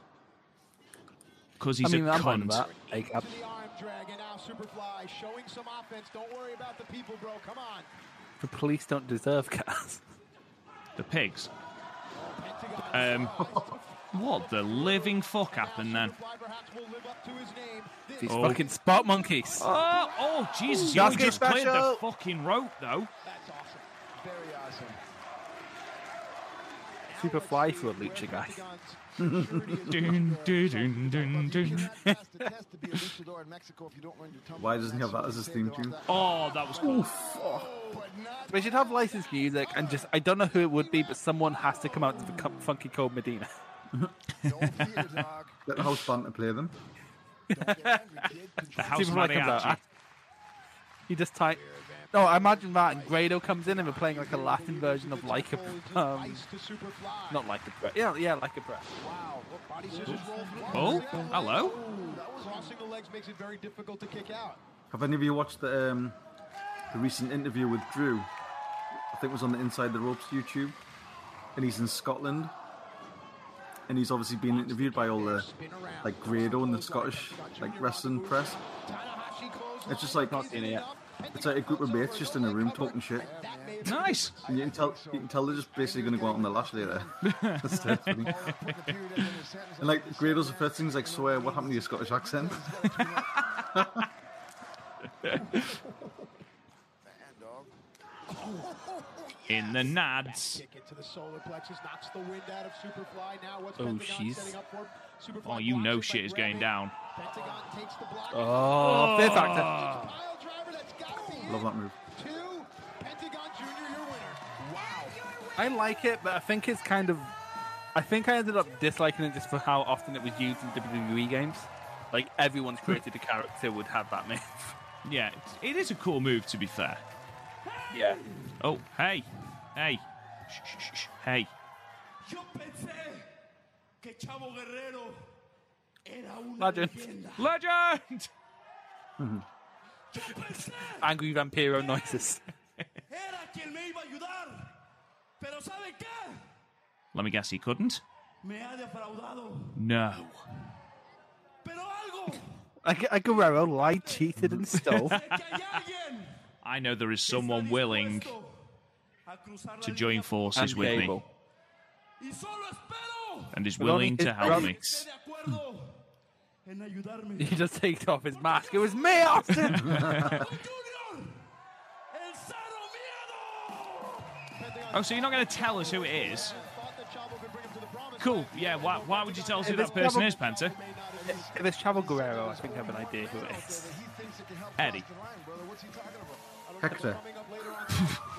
D: Because he's
B: I mean,
D: a
B: I'm fine with
D: cunt.
B: that. Like, uh,
F: To
B: I'm-
F: the arm drag, and now Superfly showing some offense. Don't worry about the people, bro. Come on.
B: the police don't deserve cats.
D: The pigs.
F: Pentagon.
D: Um, what the living fuck happened then?
F: Superfly perhaps will live up to his name. This
B: These
D: Oh.
B: fucking spot monkeys.
D: Oh, oh Jesus! You
B: That's
D: only just
B: good
D: cleared the
B: special.
D: fucking rope, though.
F: That's awesome. Very awesome.
B: Super fly for a lucha guy.
D: Dun, dun, dun, dun, dun.
C: Why doesn't he have that as his theme tune?
D: Oh, that was cool.
B: Oh. They should have licensed music and just, I don't know who it would be, but someone has to come out to the cu- funky cold Medina.
C: Get the house band to play them.
D: The house
B: Super Fly comes out,
D: mariachi.
B: I- He just type. No, I imagine that, and Grado comes in and we're playing like a Latin version of like a, um, not like a breath. Yeah, yeah, like a breath.
D: Oh, hello.
F: Crossing the legs makes it very difficult to kick out.
C: Have any of you watched the, um, the recent interview with Drew? I think it was on the Inside the Ropes YouTube. And he's in Scotland. And he's obviously been interviewed by all the like Grado and the Scottish like wrestling press. It's just like
B: Not seen it yet.
C: it's like a group of mates just in a room talking shit.
D: Nice.
C: And you can tell you can tell they're just basically gonna go out on the lash later. That's so funny. And like Grado's the first thing's like, so uh, what happened to your Scottish accent?
D: in the nads.
F: Kick into the solar plexus, knocks the wind out of Superfly. Now what's
D: Oh,
F: Pentagon
D: she's-
F: setting up for? him?
D: Oh,
F: Superfly
D: you know
F: blocks it by
D: shit is going
F: grabbing.
D: down.
F: Pentagon takes the block.
B: Oh, fear factor.
F: Pile driver, that's gotta be
C: Love that move.
F: it. Two, Pentagon Junior, your winner. Wow.
B: I like it, but I think it's kind of. I think I ended up disliking it just for how often it was used in WWE games. Like everyone's created a character would have that move.
D: Yeah, it is a cool move to be fair.
B: Yeah.
D: Oh, hey, hey, shh, shh, shh, shh. hey.
H: Yo pensé que Chavo Guerrero era una
B: Legend.
H: leyenda.
D: Legend.
H: Yo pensé
B: Angry Vampiro noises.
H: era quien me iba a ayudar. Pero ¿saben qué?
D: Let me guess, he couldn't.
H: Me ha defraudado.
D: No.
H: Pero algo
B: Like, like Guerrero lied, cheated, and stole.
H: sé que hay alguien
D: I know there is
H: que está
D: someone willing
H: dispuesto a cruzar la
D: to
H: línea
D: join forces
B: and
D: with me
B: Cable.
H: Y solo espero
D: and is
B: But only
D: willing
B: his
D: to help
B: brother-
D: me.
H: que esté de acuerdo en ayudarme.
B: He just takes off his mask. It was me, Austin.
H: Don Junior, el cero miedo.
D: Oh, so you're not going to tell us who it is?
F: Thought that Chavo could bring him to the promise.
D: Cool. Yeah. Why? Why would you tell us who
B: If
D: that
B: it's
D: person
B: Chavo-
D: is, Penta?
B: if it's Chavo Guerrero, I think I have an idea who it is.
F: He thinks it can help
D: Eddie.
F: cross the line, brother. What's he talking about? I don't know
C: Hector.
F: what's coming up later on tonight.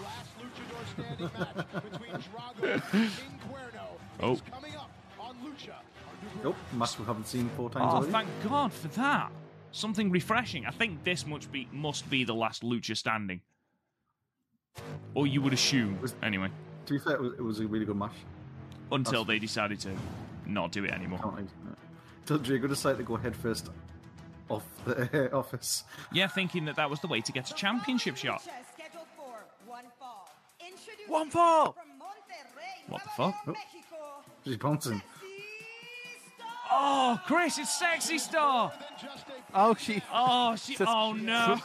F: Last luchador standing match between Drago and King Cuerno.
D: Oh.
F: It's coming up on Lucha. Our new
C: Nope, match we haven't seen four times
D: Oh,
C: already.
D: thank God for that. Something refreshing. I think this much be must be the last lucha standing. Or you would assume,
C: Was-
D: anyway,
C: To be fair, it was, it was a really good match.
D: until they decided to not do it anymore.
C: Can't Till Drago uh, decided to go head first off the uh, office.
D: Yeah, thinking that that was the way to get a championship shot.
B: One fall.
D: What the fuck?
C: She's bouncing.
D: Oh, Chris, it's Sexy Star.
B: Oh, she
D: Oh, she. Oh no.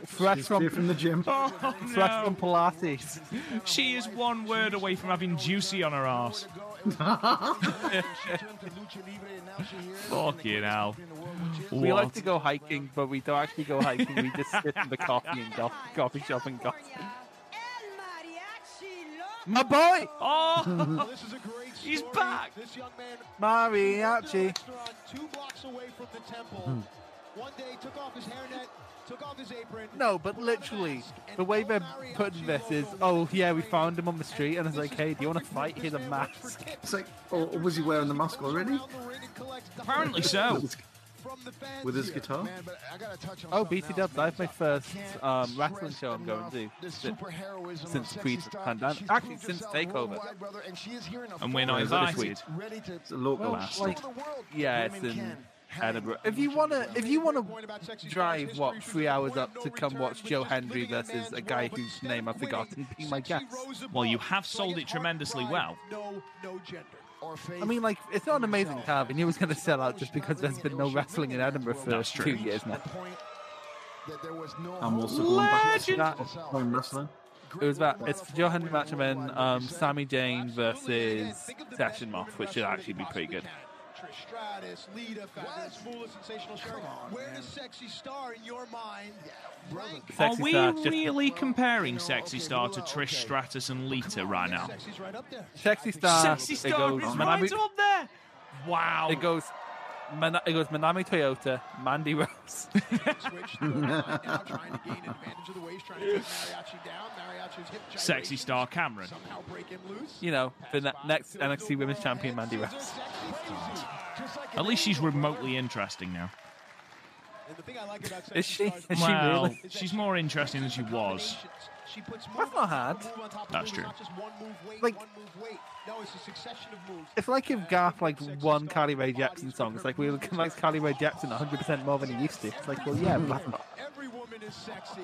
B: fresh
C: She's from,
B: from
C: from the gym.
D: Oh
B: fresh
D: no.
B: from Pilates.
D: She is one word away from having juicy on her ass. Fucking hell.
B: We like
D: What?
B: to go hiking, but we don't actually go hiking. We just sit in the coffee and go- coffee shop and go. My boy,
D: Oh,
F: Well, this is a great story.
D: He's back.
F: This young man
B: mariachi.
F: restaurant two blocks away from the temple. One day took off his hairnet, took off his apron.
B: Hmm. No, but
F: put on a
B: literally,
F: mask, and
B: the way
F: no
B: they're
F: mariachi
B: putting this is,
F: logo
B: oh
F: was
B: yeah, we
F: displayed.
B: found him on the street, and it's
F: This
B: like,
F: is
B: hey, do you want to
F: perfect work.
B: fight?
F: This
B: Here's a
F: man works for
B: mask.
F: tips.
C: It's like, oh, was he wearing the mask already?
D: apparently so.
F: From the fans
C: With his
F: here.
C: guitar?
F: Man, but I gotta touch on
B: Oh,
F: something
B: BT
F: else,
B: Dubs,
F: man.
B: that's my
F: I
B: first,
F: can't
B: um,
F: stress
B: wrestling show I'm going
F: enough
B: to
F: the
B: since-
F: superheroism of
B: since
F: Sexy
B: Creed
F: Star
B: Pandemic.
F: that she's
B: Actually,
F: proved
B: since
F: herself
B: Takeover.
F: worldwide, brother, and she is here in a
D: And we're not
F: form
C: is that
D: invited.
C: this week?
F: ready to
C: It's a local
F: well,
C: match.
F: like,
B: Like-
F: yeah, it's in Edinburgh. If you wanna, if you wanna
B: drive what three hours up to come watch Joe Hendry versus a guy whose name I've forgotten, be my guest.
D: Well, you have sold it tremendously well.
F: No, no gender. Or faith.
B: I mean, like, it's not an amazing card, and he was going to sell out just because there's been no wrestling in Edinburgh for
D: That's true.
B: two years now.
C: I'm
F: I'm
C: also going back to
B: That-
C: Prime Wrestling.
B: It was that it's Johan Matchman, um, Sammy Jane versus Session Moth, which should actually be pretty good.
F: Trish Stratus, Lita, Fabulous Moolah, Sensational Sherry. Where does Sexy Star in your mind rank?
D: Are
B: Sexy
D: we
B: Star, just-
D: really comparing
F: Well,
D: Sexy
F: okay,
D: Star
F: well,
D: to Trish
F: okay.
D: Stratus and Lita right now?
F: Sexy's right up there.
B: Sexy Star,
D: Sexy
B: it
D: Star
B: goes
D: is
B: Manami,
D: right up there. Wow.
B: it goes, Mana- it goes Manami Toyota, Mandy Rose.
F: Switch to the line now, trying to gain advantage of the waist, trying to take Mariachi down. Mariachi's hip
D: Sexy
F: gyrations
D: Star Cameron.
F: Somehow break him loose.
B: you know, the ne-
F: Pass by
B: next
F: to the
B: NXT Women's
F: overhead
B: Champion, Mandy
F: scissors,
B: Rose.
F: sexy crazy, just like
D: At
F: an
D: least she's
F: angel, brother.
D: remotely interesting now.
F: And the thing I like about
B: Is she-
F: Sexy Star's
B: is she
D: Well,
B: really?
F: is that
D: she's
F: she
D: more interesting than
F: mixes
D: she
F: the
D: was.
F: combinations. She puts move
B: That's not
F: on top
B: hard.
F: of move on top of
D: That's
F: move,
D: true.
F: not just one move weight,
B: Like-
F: one move weight. No, it's a succession of moves. Uh,
B: It's like if
F: And I
B: Garth
F: think
B: like
F: Sexy
B: one
F: Star
B: Carly Rae
F: embodies
B: Jepsen
F: what
B: song.
F: her
B: It's like we
F: moves
B: can like Carly Rae Jepsen 100 percent more than he used to. It's like, well, yeah, that's not.
F: Every woman is sexy.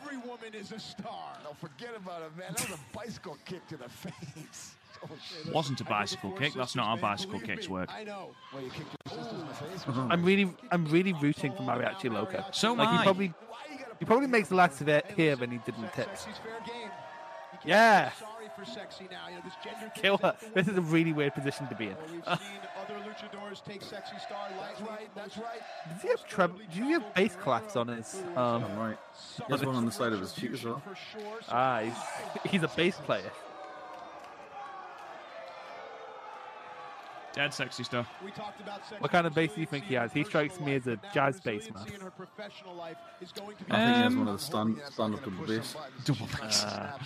F: Every woman is a star.
E: Now forget about it, man. That was a bicycle kick to the face. Oh, shit.
D: Wasn't a
F: I know the
D: bicycle
F: four
D: kick. That's
F: sisters,
D: not how
F: man.
D: bicycle
F: Believe
D: kicks
F: me,
D: work.
F: I know. Well, you kicked your sisters in the face.
B: I'm really, I'm really rooting for Mariachi Loco.
D: So am
B: like
D: I.
B: he probably,
F: Why you gotta
B: he probably makes less of it
F: Hey,
B: here
F: listen,
B: than he did in
F: sex-
B: tips.
F: sexy's fair game. You can't
B: Yeah.
F: say Sorry for sexy now. You know, this gender thing
B: Kill
F: is
B: her.
F: out the
B: This is a
F: window.
B: really weird position to be in.
F: Well, we've seen other luchadors take sexy star light. That's right. That's right.
B: Does he have trem- Do you have bass claps on his? Um,
C: I'm right. There's one on the side of his cheek as well.
B: Ah, he's, he's a bass player.
D: Dead sexy stuff.
F: We talked about sexual
B: What kind of bass do you think he has? He strikes me as a jazz bass man.
F: resiliency in her professional life is going to be.
C: I think he has
D: Um,
C: one of the stand stand up double bass.
F: Double
B: Ah.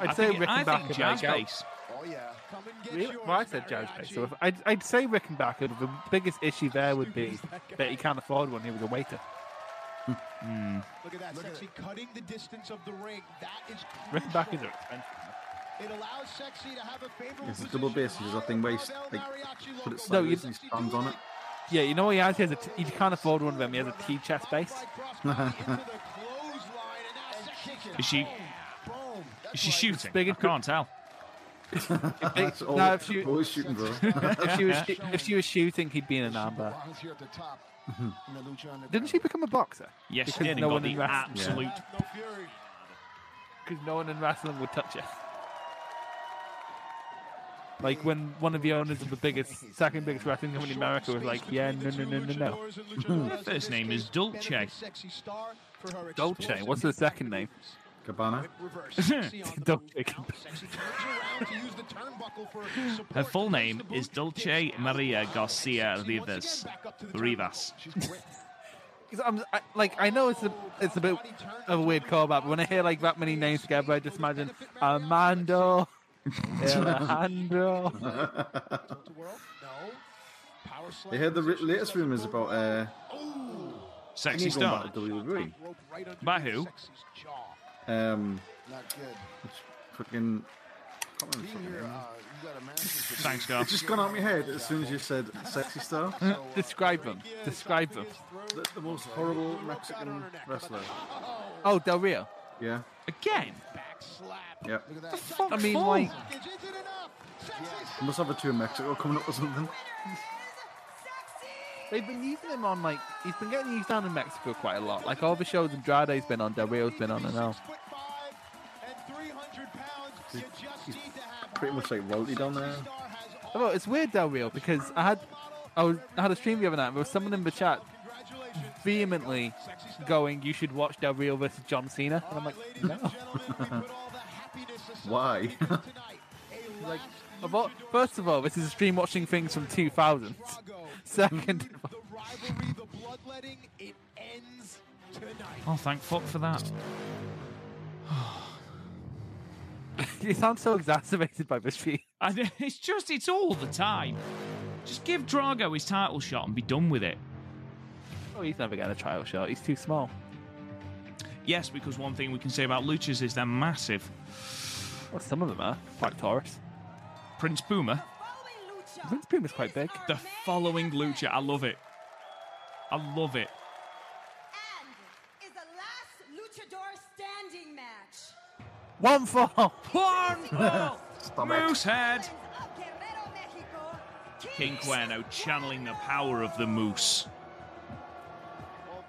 B: I'd
D: I
B: say
D: think, I
B: Rickenbacker
D: think
B: back
D: jazz
B: out.
D: bass.
F: Oh yeah. Come and get
B: Really?
F: yours,
B: Well, I said jazz bass.
F: Mariachi.
B: So if, I'd, I'd say Rickenbacker. but The biggest issue there would be that he can't afford one. He was a waiter.
F: Look at that, sexy cutting the distance of the ring. That is.
B: Rickenbackers
F: crucial.
B: are expensive.
F: It allows sexy to have a favorable.
C: It's a double bass. He does that thing where he s- like, put it
B: No, you-
C: sideways and he stands on it.
B: Yeah, you know what he has? He, has a t- he can't afford one of them. He has a T chest bass.
D: Is she? Is she shooting?
B: big
D: I
B: and-
D: can't tell.
C: That's all,
B: no, if you-
C: always shooting, bro.
B: if, she was sh- if she was shooting, he'd be in an armbar.
C: Mm-hmm.
B: Didn't she become a boxer?
D: Yes, she did.
B: Because no
D: and got
B: one
D: the
B: in wrestling-
D: absolute.
F: Ah,
B: because no one in wrestling would touch it. Like when one of the owners of the biggest, second biggest wrestling company in America was like, yeah, no, no, no, no, no.
F: no.
D: First name is Dulce.
B: Dolce, what's the second name?
C: Cabana.
B: Dolce.
D: Her full name is Dulce Maria Garcia Rivas. Rivas.
B: Because I'm I, like, I know it's a it's a bit of a weird call back, but when I hear like that many names together, I just imagine Armando, Alejandro.
C: They heard the ri- latest rumours about uh,
D: Sexy
C: Kenny going
D: star.
C: back to WWE.
D: By who?
C: Um,
E: Not good. uh,
C: fucking. can't remember his fucking name.
D: Thanks, Gar.
C: It's just gone out my head as soon as you said sexy star. the,
B: Describe them. Describe them.
C: the most horrible Mexican wrestler.
B: Oh, Del Rio.
C: Yeah,
D: Again?
C: yeah.
B: I mean, like,
C: They must have a tour in Mexico coming up or something.
B: They've been using him on like he's been getting used down in Mexico quite a lot. Like all the shows Andrade's been on, Del Rio's been on, and now
C: Pretty much like royalty down there.
B: Although it's weird Del Rio because I had I, was, I had a stream the other night. There was someone in the chat vehemently going, "You should watch Del Rio versus John Cena," and I'm like, "No."
C: Why?
B: Like, of all- first of all, this is a stream watching things from 2000. Second,
D: Oh, thank fuck for that.
B: you sound so exacerbated by this feed.
D: I, it's just, it's all the time. Just give Drago his title shot and be done with it.
B: Oh, he's never getting a trial shot. He's too small.
D: Yes, because one thing we can say about luchas is they're massive.
B: Well, some of them are. Like Taurus.
D: Prince Puma,
B: Vince Puma's quite big.
D: the following lucha. I love it. I love it.
G: And is the last luchador standing match.
B: One fall.
D: One ball.
C: Stop it.
D: Moosehead.
G: Friends of Guerrero, Mexico,
D: King Cuerno channeling the power of the moose.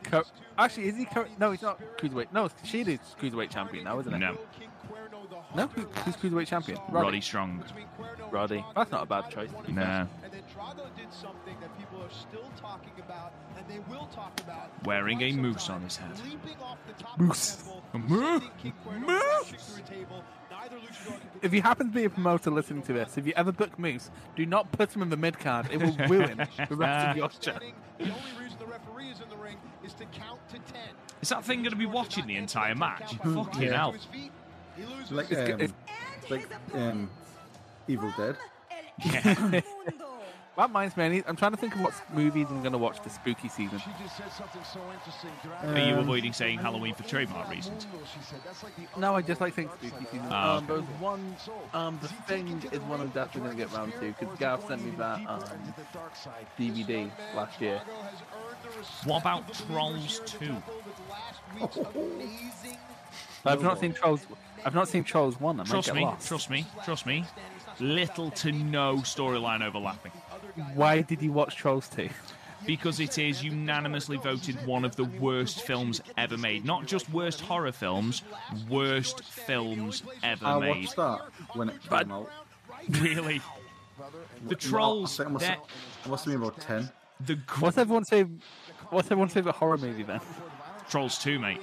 B: Co- Actually, is he? Co- no, he's not cruiserweight. No, Sheedy's cruiserweight champion now, isn't it?
D: No,
B: No, who- who's cruiserweight champion? Roddy.
D: Roddy Strong.
B: Roddy. That's not a bad choice. to be fair.
D: No.
F: And then Drago did something that people are still talking about, and they will talk about. for
D: Wearing
F: quite
D: a
F: some
D: moose
F: time.
D: on his head.
F: Leaping off the top
B: Moose.
F: Of the temple,
D: A moo-
F: sending King Cuerno
D: moose.
F: crashing through a table. Neither luchador can-
B: If you happen to be a promoter listening to this, if you ever book Moose, do not put him in the mid card. It will ruin the
D: Ah,
B: rest of your show.
F: Standing, The only reason the referee is in the ring is to count to ten.
D: Is that thing going to be watching the entire match? Fucking hell.
C: Like, um,
B: it's-
G: and
C: like
G: his
C: um,
G: opponent
C: Evil Dead.
G: from El Mundo.
B: That reminds me. I need- I'm trying to think of what movies I'm going to watch this spooky season.
D: Are
B: Um,
D: you avoiding saying Halloween for trademark reasons?
B: No, I just like think spooky season.
D: Ah,
B: um, there was one. Um, the thing is one I'm definitely going to get round to because Gav sent me that um, DVD last year.
D: What about Trolls 2?
B: I've not seen Trolls. I've not seen Trolls One. I might
D: Trust
B: get
D: me,
B: lost.
D: trust me, trust me. Little to no storyline overlapping
B: Why did you watch Trolls Two?
D: because it is unanimously voted one of the worst films ever made. Not just worst horror films, worst films ever
C: I
D: made.
C: Uh, watched that when it
B: But-
C: came out.
D: Really?
C: The trolls, I must, I must have been about 10.
D: The
B: What's everyone's favorite? What's everyone's favorite horror movie then?
D: Trolls 2, mate.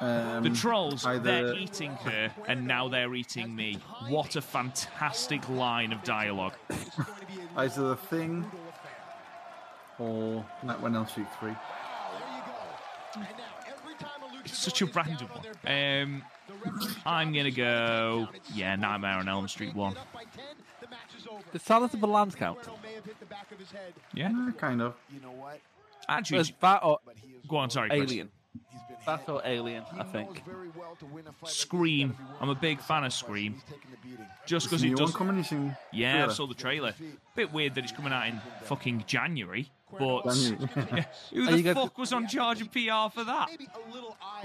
C: Um,
D: The trolls,
C: either-
D: they're eating her, and now they're eating me. What a fantastic line of dialogue.
C: Either The Thing or that one Elm Street 3.
D: It's such a random one. Um, I'm going to go, yeah, Nightmare on Elm Street 1.
B: Does Silence of the Lambs count?
D: Yeah.
C: Eh, kind of.
E: You know what?
D: Actually,
B: There's that or
D: go on, sorry, Chris.
B: Alien. That or Alien, I think.
D: Scream. I'm a big fan of Scream. Just because
C: New
D: it
C: one
D: does.
C: coming, you seen?
D: Yeah, I
C: trailer?
D: saw the trailer. Bit weird that it's coming out in fucking January, but
C: January.
D: who
B: Are you
D: the
B: guys-
D: fuck was on charge of PR for that?
B: You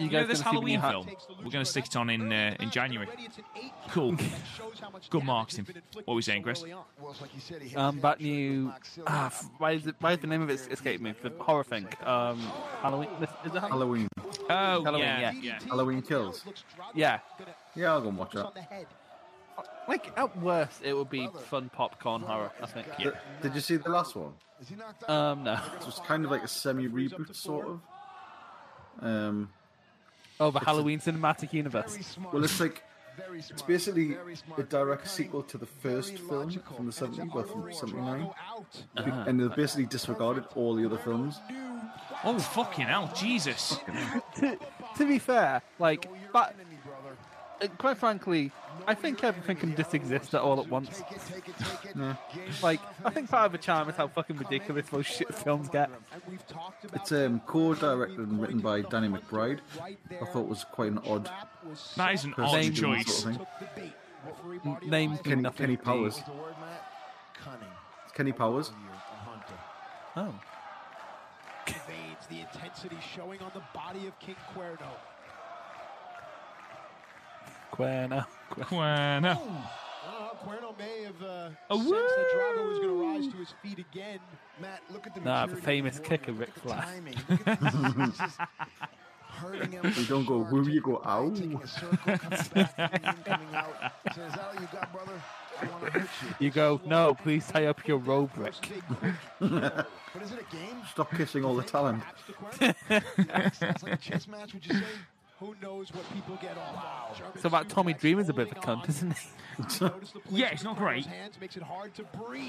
D: You know
B: guys
D: Ah. this
B: gonna see the new
D: Halloween
B: Ha-
D: film? We're going to stick it on in uh, in January. Cool. Good marketing. What were we saying, Chris?
B: Um, that new. Ah, f- why is it? Why is the name of it escape me? The horror thing. Um, Halloween. Is it Halloween?
C: Halloween.
D: Oh,
B: Halloween,
D: yeah,
B: yeah.
D: yeah.
C: Halloween Kills.
B: Yeah.
C: Yeah, I'll go and watch that.
B: Like at worst, it would be fun popcorn horror. I think. Yeah.
C: Th- Did you see the last one?
B: Um, no.
C: It was kind of like a semi reboot, sort of. Um,
B: Oh, the Halloween cinematic universe.
C: well, it's like it's basically a direct sequel to the first film from the 70s, well, from 79. Be-
D: Uh-huh.
C: And they basically disregarded all the other films.
D: Oh, fucking hell, Jesus.
B: to, to be fair, like, but uh, quite frankly, I think everything can just exist at all at once. Like, I think part of the charm is how fucking ridiculous those shit films get.
C: It's um, co-directed and written by Danny McBride. I thought was quite an odd
D: That is an
C: person
D: odd
C: to do that
D: choice.
C: Sort of thing.
B: N- Names mean
C: Kenny,
B: nothing.
C: Kenny
B: to me.
C: Powers. It's Kenny Powers.
B: Oh.
F: the intensity showing on the body of King Cuerno.
B: Quena.
D: Quena.
F: Uh, Cuerno may have uh,
D: A
F: sensed that Drago
D: woo!
F: was going to rise to his feet again.
E: Matt, look at the
B: Nah, the
E: maturity of
B: famous
E: Warner.
B: kicker,
E: Look
B: Ric
E: at the
B: Flair.
E: timing. Look at this. He's just hurting him like
C: You
E: a
C: don't go
E: shark,
C: woo, you
E: taking
C: go
E: a bite,
C: ow.
E: taking a circle, comes back, coming in, coming out. Says, "Is that all you got, brother? I wanna hurt you."
B: You go, no, please tie up your robe, Rick.
E: First big quick blow. But is it a game?
C: Stop kissing all the talent.
E: Perhaps the corner? Sounds like a chess match, would you say?
F: Who knows what people get off on. German
B: So that Tommy
F: suplex,
B: Dreamer's a bit of a
F: holding
B: cunt,
F: on.
B: isn't he?
F: Notice the
D: Yeah,
F: placement
D: it's not
F: of Cuerno's
D: great.
F: Hands makes it hard to breathe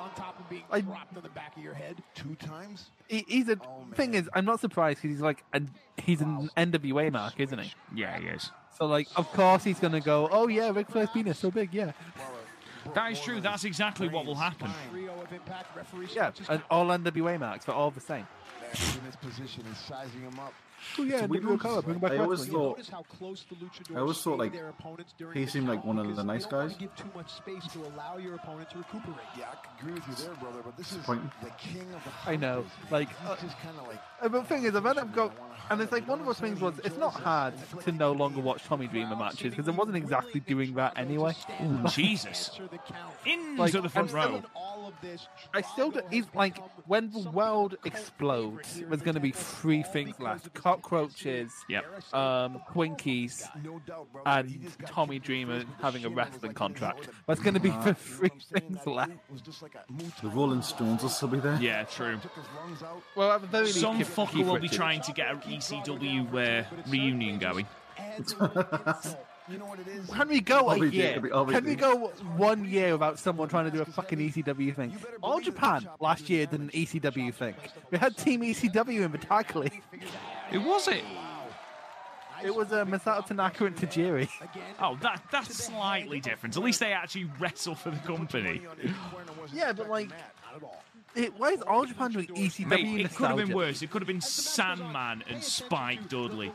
F: on top of being
B: I-
F: dropped on the back of your head.
E: Two times?
B: he? He's a
E: Oh,
B: thing
E: man.
B: is, I'm not surprised because he's like, an, he's an NWA mark, isn't he?
D: Yeah, he is.
B: So like, of course he's gonna go. Oh yeah, Ric Flair's penis so big, yeah.
D: That is true. That's exactly what will happen.
F: Rio of Impact referee.
B: Yeah,
F: switches
B: and all NWA marks, but all the same.
E: Matt's in his position and sizing him up.
B: Oh yeah,
C: a weird
B: NWA
C: one.
B: color, bring it back
C: I always
B: wrestling.
F: You
C: thought-
F: notice how close the luchadors
C: I always thought,
F: stay
C: like,
F: their opponents during
C: he
F: the
C: seemed like
F: count
C: one of the
F: because they
C: nice
F: don't wanna
C: guys.
F: Give too much space to allow your opponent to recuperate.
E: Yeah, I could agree with you there, brother, but this is the
C: Disappointing.
E: king of the
B: I know,
E: hunters.
B: like,
E: He's
B: uh,
E: just kind of like
B: Uh, But the thing is, I've had I've got, and it's like one of those things was it's not hard to no longer watch Tommy Dreamer matches because I wasn't exactly doing that anyway.
D: Jesus.
F: Answer the count.
D: Into
B: Like,
D: the front
B: I'm still-
D: row.
F: In all of this,
B: I still don't.
F: Drago
B: He's
F: has
B: like
F: become
B: when the
F: something
B: world
F: of a cult favorite
B: explodes,
F: here in
B: there's
F: the
B: going to be
F: temple,
B: three
F: all
B: things
F: because
B: left:
F: of his
B: cockroaches,
D: Yep.
B: um, Twinkies,
E: no doubt, brother. He
B: and
E: just got
B: Tommy
E: kicked in the
B: Dreamer
E: face with a
B: having a
E: shin. It was
B: wrestling
E: like
B: contract.
E: hitting his
B: That's going to be the three
E: shoulder. You know
B: things
E: what I'm saying? That
B: left.
E: boot was just like a Muay
C: The
E: Thai
C: Rolling
E: knockout.
C: Stones will still be there.
D: Yeah, true.
E: Took his lungs out.
B: Well, at the very least,
D: Some
B: Keith-
D: fucker
B: Keith
D: will be
B: Richards.
D: trying to get an ECW uh, reunion going.
E: Adds a little insult. You know what it is?
B: Can we go a
C: Obviously,
B: year?
C: it'll be- obviously.
B: Can we go one year without someone trying to do a fucking ECW thing? All Japan last year did an ECW thing. We had Team ECW in the tag league.
D: Who was it?
B: It was uh, Masato Tanaka and Tajiri.
D: Oh, that that's slightly different. At least they actually wrestle for the company.
B: Yeah, but like, it, why is All Japan doing ECW
D: Mate, it could have
B: nostalgia?
D: been worse. It could have been Sandman and Spike Dudley.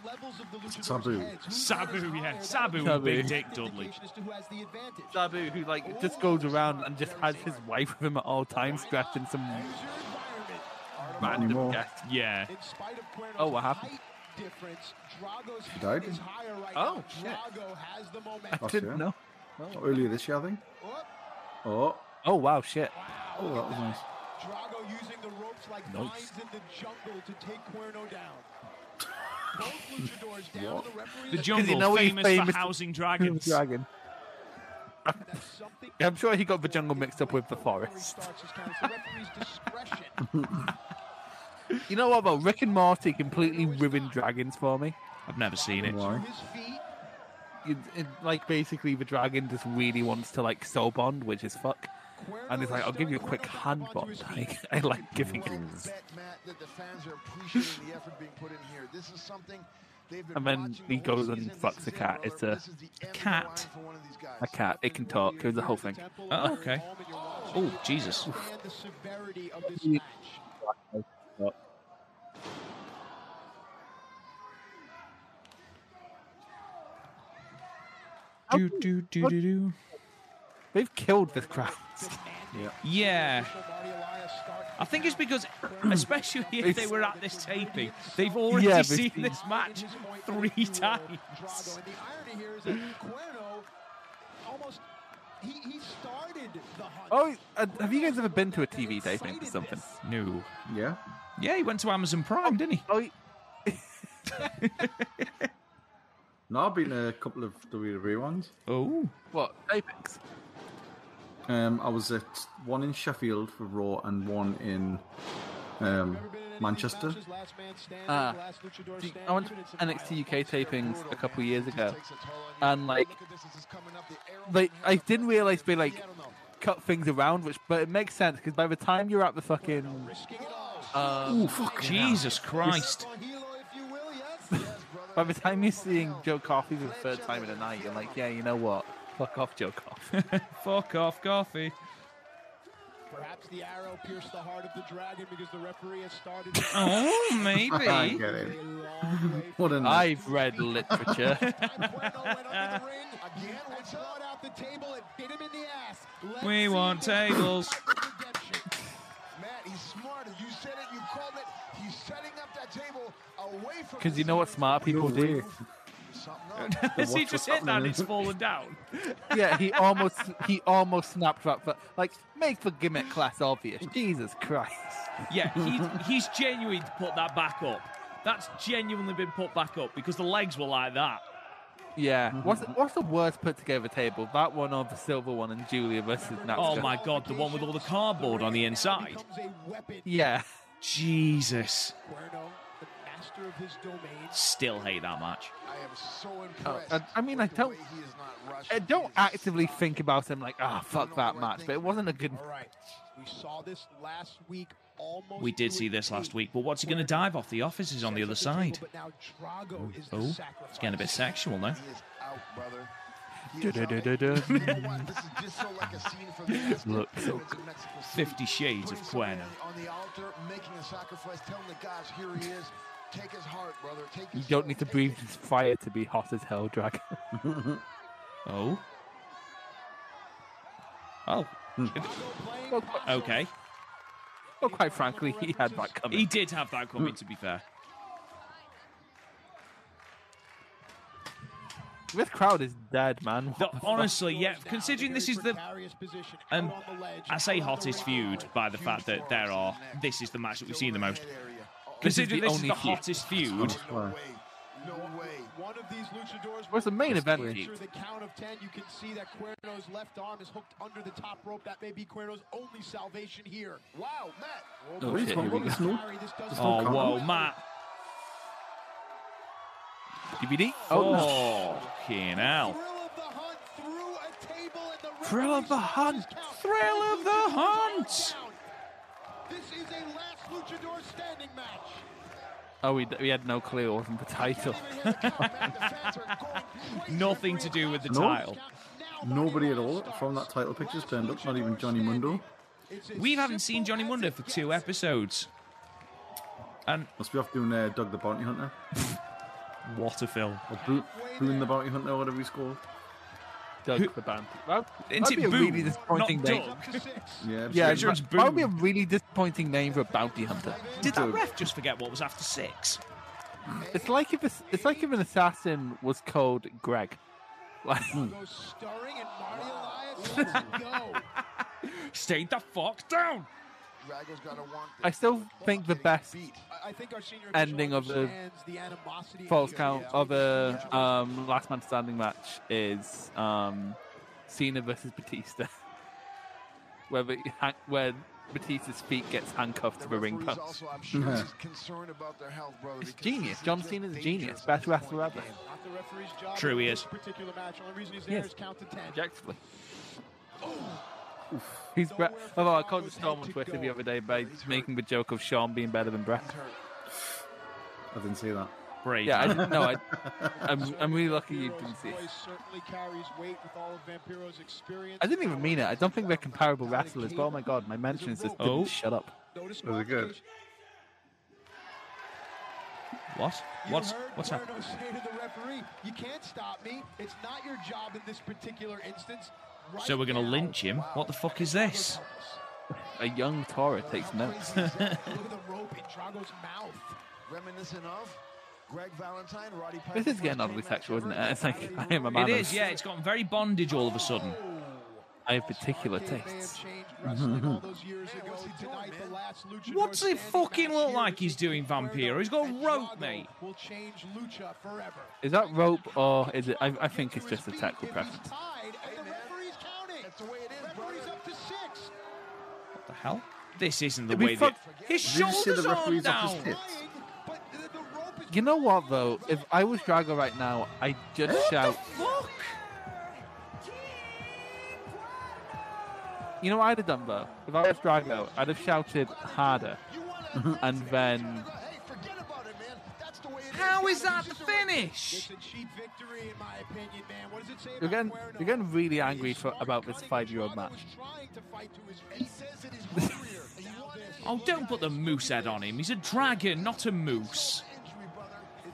C: Sabu.
D: Sabu, yeah. Sabu,
B: Sabu.
D: and Big Dick Dudley.
B: Sabu, who like just goes around and just has his wife with him at all times, scratching some
C: Not anymore.
D: Yeah.
B: Oh, what happened?
F: Difference. Drago's
C: She died?
F: is higher right
B: Oh,
F: now.
B: shit.
F: Drago has the momentum.
B: I didn't know.
C: Earlier this year, I think. Oh,
B: Oh wow, shit.
C: oh, that was nice.
F: Drago using the ropes like vines in the jungle to take Cuerno down. Both luchadors down. The referee
D: The
F: is
D: Jungle,
B: know he's
D: famous,
B: famous-
D: for housing dragons.
B: Dragon. I'm sure he got the jungle mixed up with the forest.
F: starts his count. It's the referee's discretion.
B: You know what though? Rick and Morty completely ruined dragons for me.
D: I've never seen it.
C: Why?
F: His feet.
B: It, it, like basically, the dragon just really wants to like soul bond, which is fuck. And he's like, "I'll give you a quick hand bond." I, I like giving
F: Well,
B: it.
F: bet, Matt, that the fans are appreciating the effort being put in here. This is something they've been
B: And then
F: watching
B: he
F: the whole
B: goes and
F: season. This
B: fucks a
F: is it,
B: cat.
F: brother.
B: It's a
F: This is the end of the
D: cat.
F: line for one of these guys.
B: A cat. It can talk. It was the whole thing.
D: Oh, okay.
F: Oh,
D: Oh, Jesus.
F: the severity of this match.
D: Do, do, do, do, do.
B: They've killed this crowd.
D: Yeah.
F: Marty Elias start
D: Eh. I think it's because, especially if they were at this taping, they've already
B: Yeah, they've
D: seen
B: seen-
D: this match three times.
F: Drago. And the irony here is that Cuerno almost he, he started the hunt.
B: Oh, uh, have you guys ever been to a TV taping or something?
D: No.
C: Yeah.
D: Yeah, he went to Amazon Prime, didn't he?
B: Oh,
C: No, I've been to a couple of WWE ones.
D: Oh.
B: what tapings?
C: Um, I was at one in Sheffield for Raw and one in um, Manchester.
F: Last man standing,
B: Ah.
F: last luchador
B: See,
F: standing,
B: I went to
F: even in some
B: NXT UK tapings a couple years ago,
F: takes a toll on you.
B: and like
F: Look at this, this is coming up, the arrow
B: they,
F: from
B: I
F: hell.
B: didn't realize they
F: I
B: like
F: don't know.
B: cut things around, which but it makes sense because by the time you're at the fucking
F: Risking it all.
B: uh,
D: Jesus Christ.
F: On Hilo, if you will, yes. yes, brother.
B: by the time you're seeing Joe Coffey for the third time in the night, you're like, yeah, you know what? Fuck off, Joe Coffey.
D: Fuck off, coffee.
F: Perhaps the arrow pierced the heart of the dragon because the referee has started a
D: Oh,
C: I
D: maybe.
C: get it.
F: long way.
C: What an
B: I've read literature.
F: Time Cuerno went under the ring again and clawed out the table and bit him in the ass. Let's
D: We
F: see
D: want
F: this
D: tables.
F: type of redemption. Matt, he's smart. You said it. You called it. He's setting up that table away from.
B: Because you know what smart people do?
F: Something else.
D: Has he
C: Watch
D: just
C: what's
D: hit that and
C: happening.
D: it's fallen down?
B: Yeah, he almost he almost snapped that. But like, make the gimmick class obvious. Jesus Christ.
D: Yeah, he, he's genuinely put that back up. That's genuinely been put back up because the legs were like that.
B: Yeah. What's what's the worst put together table? That one or the silver one and Julia versus Natsuko?
D: Oh my god, the one with all the cardboard on the inside.
F: Becomes a weapon.
B: Yeah.
D: Jesus.
F: Cuerno, the master of his domain.
D: Still hate that match.
F: I am so impressed.
B: Oh, Uh, I- I mean, I
F: with the
B: don't-
F: way he is not rushed.
B: I
F: He
B: don't
F: is
B: actively
F: solid.
B: think about him like, ah, fuck that match. But it wasn't a good.
F: All right, we saw this last week. Almost
D: We did
F: to
D: see
F: a
D: this last
F: T.
D: week, but what's he going to dive off? The office is on the other
F: Sets up the
D: side.
F: table, but now Drago is the
D: Oh, it's
F: sacrifice.
D: getting a bit sexual now.
E: He is out, brother. He is out.
B: Du-du-du-du-du.
E: You know what? This is just so like a scene from the Aztec
B: Look.
E: pyramids in Mexico City.
D: Fifty Shades of
E: Putting somebody
D: Cuerno.
E: On the altar, making a sacrifice, telling the gods, here he is. Take his heart, brother. Take
B: You
E: his
B: don't
E: soul,
B: need to
E: take
B: breathe
E: his-
B: this fire to be hot as hell, Dragon.
D: Oh. Oh.
B: well,
D: Okay.
B: well, quite frankly, he had that coming.
D: He did have that coming, to be fair.
B: This crowd is dead, man.
D: The,
B: What the fuck?
D: honestly, yeah,
F: Now,
D: considering
F: a
D: this
F: very
D: is the.
F: precarious position, out
D: Um,
F: on the ledge,
D: I say
F: out on the
D: hottest
F: ring.
D: feud by the fact that there are. This is the match that we've seen the most.
E: Oh,
B: This is
D: Considering
B: the
D: this is
B: only
D: the
B: feud.
D: hottest feud.
E: No way. No way.
F: One of these luchadors
B: Where's the main
F: will
B: event
F: answer
B: heat?
F: the count of 10. You can see that Cuerno's left arm is hooked under the top rope. That may be Cuerno's only salvation here. Wow, Matt.
C: Oh, shit, here we go.
F: Sorry, this doesn't
D: Oh,
C: Can't-
D: whoa, Matt.
B: DVD. Oh, no.
D: Oh, fucking hell.
F: Thrill of the hunt through a table and the
B: Thrill of the
F: referee
B: hunt.
F: stops his count.
D: Thrill of the
F: Luchadors are
D: hunt.
F: down. This is a last luchador standing match.
B: oh, we, we had no clue. It wasn't the title.
F: Can't even hear the count, Matt. The fans are going crazy.
D: Nothing to do with the
C: No.
D: title.
F: Now
C: Nobody at
F: Barry
C: all
F: Lyons
C: from that
F: starts.
C: title picture's turned up, not
F: Last
C: even
F: luchador
C: Johnny Mundo.
F: standing. It's as
D: We haven't seen
F: simple
D: Johnny
F: as
D: Mundo
F: it
D: for two
F: gets.
D: episodes. And
C: Must be off doing uh, Doug the Bounty Hunter.
D: what a film.
C: Or Bo- Boone the Bounty Hunter, or whatever he's called.
B: Doug the band. That
D: Isn't
B: would
D: it
B: be a
D: Boone,
B: really disappointing
D: not
B: name.
D: Doug?
F: Up to six.
C: Yeah,
B: Yeah,
C: absolutely.
D: sure it's
B: that that would be a
D: Boone.
B: really disappointing name for a bounty hunter.
D: Did that
C: Dude.
D: ref just forget what was after six?
B: It's like if a, it's like if an assassin was called Greg. Like,
F: Goes stirring and Marty Elias lets it go.
D: Stay the fuck down!
E: Drago's gotta want
B: I
E: this.
B: still think the best
E: Beat.
F: I- I think our senior
B: Ending
F: official
B: of the
F: understands the animosity
B: false uh,
F: here.
B: count
F: Yeah.
B: of a um, last man standing match is um, Cena versus Batista, where the, ha- where Batista's feet gets handcuffed to a ring
F: Referees
B: post.
F: also, I'm sure,
B: Yeah.
F: is concerned about their health, brother.
B: It's
F: because
B: genius.
F: this
B: John
F: is a
B: Cena's
F: dangerous
B: genius. Best wrestler ever.
F: Not the referee's job
B: True, he
F: in
B: is.
F: This particular match. Only reason he's
B: He
F: there
B: is.
F: is count to ten.
B: Objectively. He's bre- although I called the storm on Twitter the other day by making the joke of Sean being better than Brett.
C: I didn't see that.
D: Brave.
B: Yeah, I didn't know. I, I'm, I'm really lucky you didn't see. it.
F: Voice certainly carries weight with all of Vampiro's experience.
B: I didn't even mean it. I don't think they're comparable wrestlers, but oh my god, my mentions just didn't
D: Oh.
B: shut up.
F: Notice
C: Was it good?
D: What?
F: You
D: What's
F: heard
D: what's
F: Gordo
D: happening?
F: say to the referee, "You can't stop me. It's not your job in this particular instance." Right
D: So we're gonna
F: now."
D: lynch him? What the fuck is this?
B: A young Torah takes notes.
F: Crazy is that? Look at the rope in Drago's mouth.
E: Reminiscent of Greg Valentine, Roddy
B: This
E: Piper.
B: is getting oddly sexual, isn't it? It's like I am a man.
D: It
B: of-
D: is, yeah. It's gotten very bondage all of a sudden.
B: I have particular
F: Arcade may
B: tastes.
F: have changed wrestling all those years ago. Tonight, the last luchador
D: What's he
F: standing
D: fucking
F: match
D: look
F: here
D: like he's doing, Vampiro? He's got a rope, mate.
F: Will change lucha forever.
B: Is that rope or is it? I, I think it's just a tactical preference.
F: Tied, and the referee's counting. That's the way it is, Referee's up to six.
D: What the hell? This isn't the
B: Did we
D: way that...
B: fuck-
D: His
B: Did you see the
D: shoulders aren't
B: referee's off
D: down.
B: his
C: tits?
B: You know what though? If I was Drago right now, I'd just shout.
D: Fuck!
B: You know what I'd have done though? If I was Drago, I'd have shouted harder, and then
D: How is that the finish?
F: It's a cheap victory, in my opinion, man. What does it say
B: you're
F: about
B: getting
F: Cuerno?
B: you're getting really angry for, about this five-year-old match.
F: trying to fight to his feet. He says it is hungrier. and you want it.
D: Oh, don't put the moose head on him. He's a dragon, not a moose.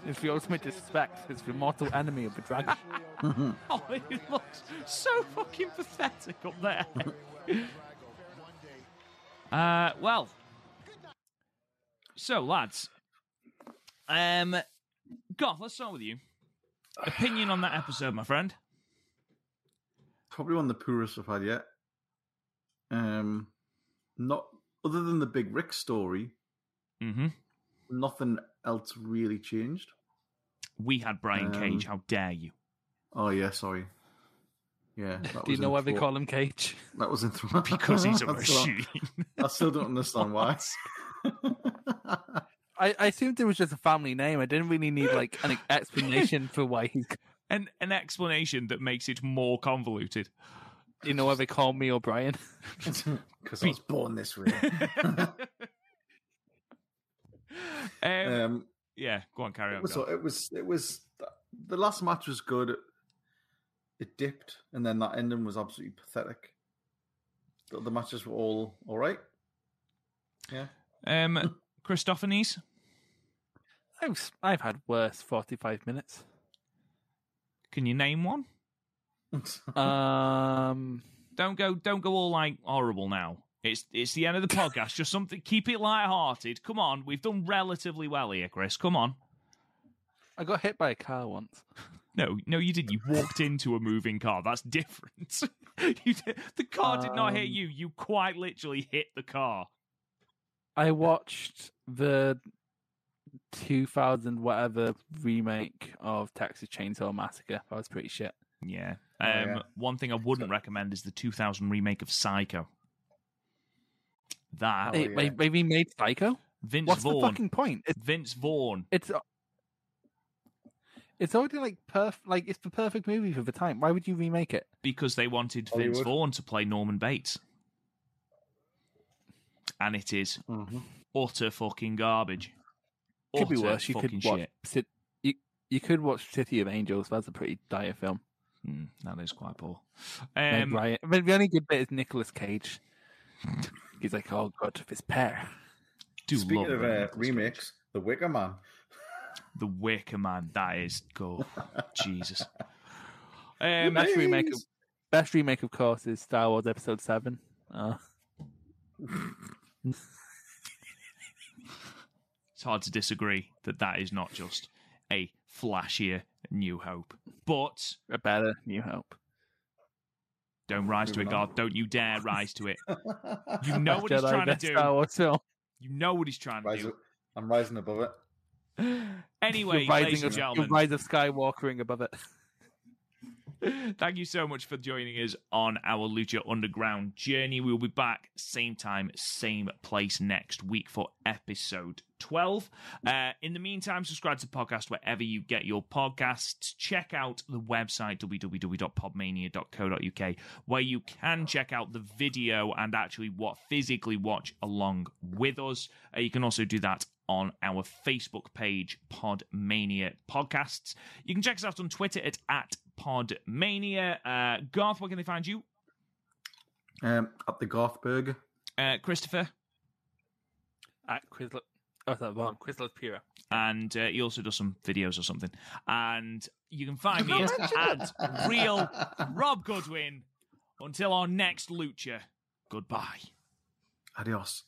B: It's the ultimate disrespect. It's the mortal enemy of the dragon.
D: Oh, he looks so fucking pathetic up there. uh, well, so lads, um, Goth, let's start with you. Opinion on that episode, my friend.
C: Probably one of the poorest I've had yet. Um, not other than the Big Rick story,
D: Mm-hmm.
C: nothing else really changed.
D: We had Brian
C: Um,
D: Cage. How dare you?
C: Oh yeah, sorry. Yeah. that
B: Do you
C: was
B: know
C: in
B: why they
C: Thwart.
B: call him Cage?
C: That was in Thwart.
D: Because he's a
C: That's why-
D: machine.
C: I still don't understand why.
B: I, I assumed it was just a family name. I didn't really need like an explanation for why he's.
D: an an explanation that makes it more convoluted.
B: You know why they call me O'Brien?
C: Because I was born this way.
D: Um,
C: Um,
D: yeah, go on, carry on.
C: it was,
D: Goth.
C: it was it was the last match was good. It dipped, and then that ending was absolutely pathetic. The other matches were all all right. Yeah,
D: Um, Christophanes.
B: I've I've had worse forty-five minutes.
D: Can you name one?
B: Um,
D: Don't go. Don't go all like horrible now. It's it's the end of the podcast. Just something. Keep it light-hearted. Come on, we've done relatively well here, Chris. Come on.
B: I got hit by a car once.
D: No, no, you did. You walked into a moving car. That's different. you did, the car did not hit
B: Um,
D: you. You quite literally hit the car.
B: I watched the two thousand whatever remake of Texas Chainsaw Massacre. That was pretty shit.
D: Yeah. Um,
C: Oh, yeah.
D: One thing I wouldn't recommend is the 2000 remake of Psycho. That
B: they, they,
C: yeah.
B: they remade Psycho.
D: Vince
B: What's
D: Vaughn.
B: the fucking point? It's
D: Vince Vaughn.
B: it's uh, it's already like perf like it's the perfect movie for the time. Why would you remake it?
D: because they wanted Vince
C: Hollywood.
D: Vaughn to play Norman Bates. And it is utter fucking garbage.
B: Mm-hmm. could be
D: Utter
B: worse. You could
D: fucking
B: watch
D: shit.
B: Cit- you, you could watch City of Angels. That's a pretty dire film.
D: Hmm, that is quite poor.
B: Meg
D: Um,
B: Ryan. But the only good bit is Nicolas Cage. He's like, oh god, this pair.
D: do love
C: Speaking of uh,
D: Nicolas Cage.
C: remakes, The Wicker Man.
D: The Wicker Man. That is good. Jesus.
B: The
D: Um,
B: best remake of best remake, of course, is Star Wars Episode Seven. Uh,
D: it's hard to disagree that that is not just a flashier New Hope. But
B: a better New Hope.
D: don't rise to it,
C: Moving on.
D: God. Don't you dare rise to it. You know what he's
B: Best Jedi,
D: trying to
B: best
D: do.
B: Star Wars film.
D: You know what he's trying to
C: Rise
D: do.
C: up- I'm rising above it.
D: Anyway,
B: You're
D: ladies and
B: rising of,
D: gentlemen,
B: you're Rise of Skywalkering above it.
D: Thank you so much for joining us on our Lucha Underground journey. We'll be back same time, same place next week for episode 12. Uh, in the meantime, subscribe to the podcast wherever you get your podcasts. Check out the website www.podmania.co.uk where you can check out the video and actually what physically watch along with us. Uh, you can also do that on our Facebook page, Podmania Podcasts. You can check us out on Twitter at, at Podmania. Uh, Garth, where can they find you?
C: Um, at the Garth Burger.
D: Uh, Christopher.
B: At Quizlet. Oh, that one. Quizlet Pura.
D: and uh, he also does some videos or something. And you can find me at, at real Rob Goodwin. Until our next lucha, goodbye.
C: Adios.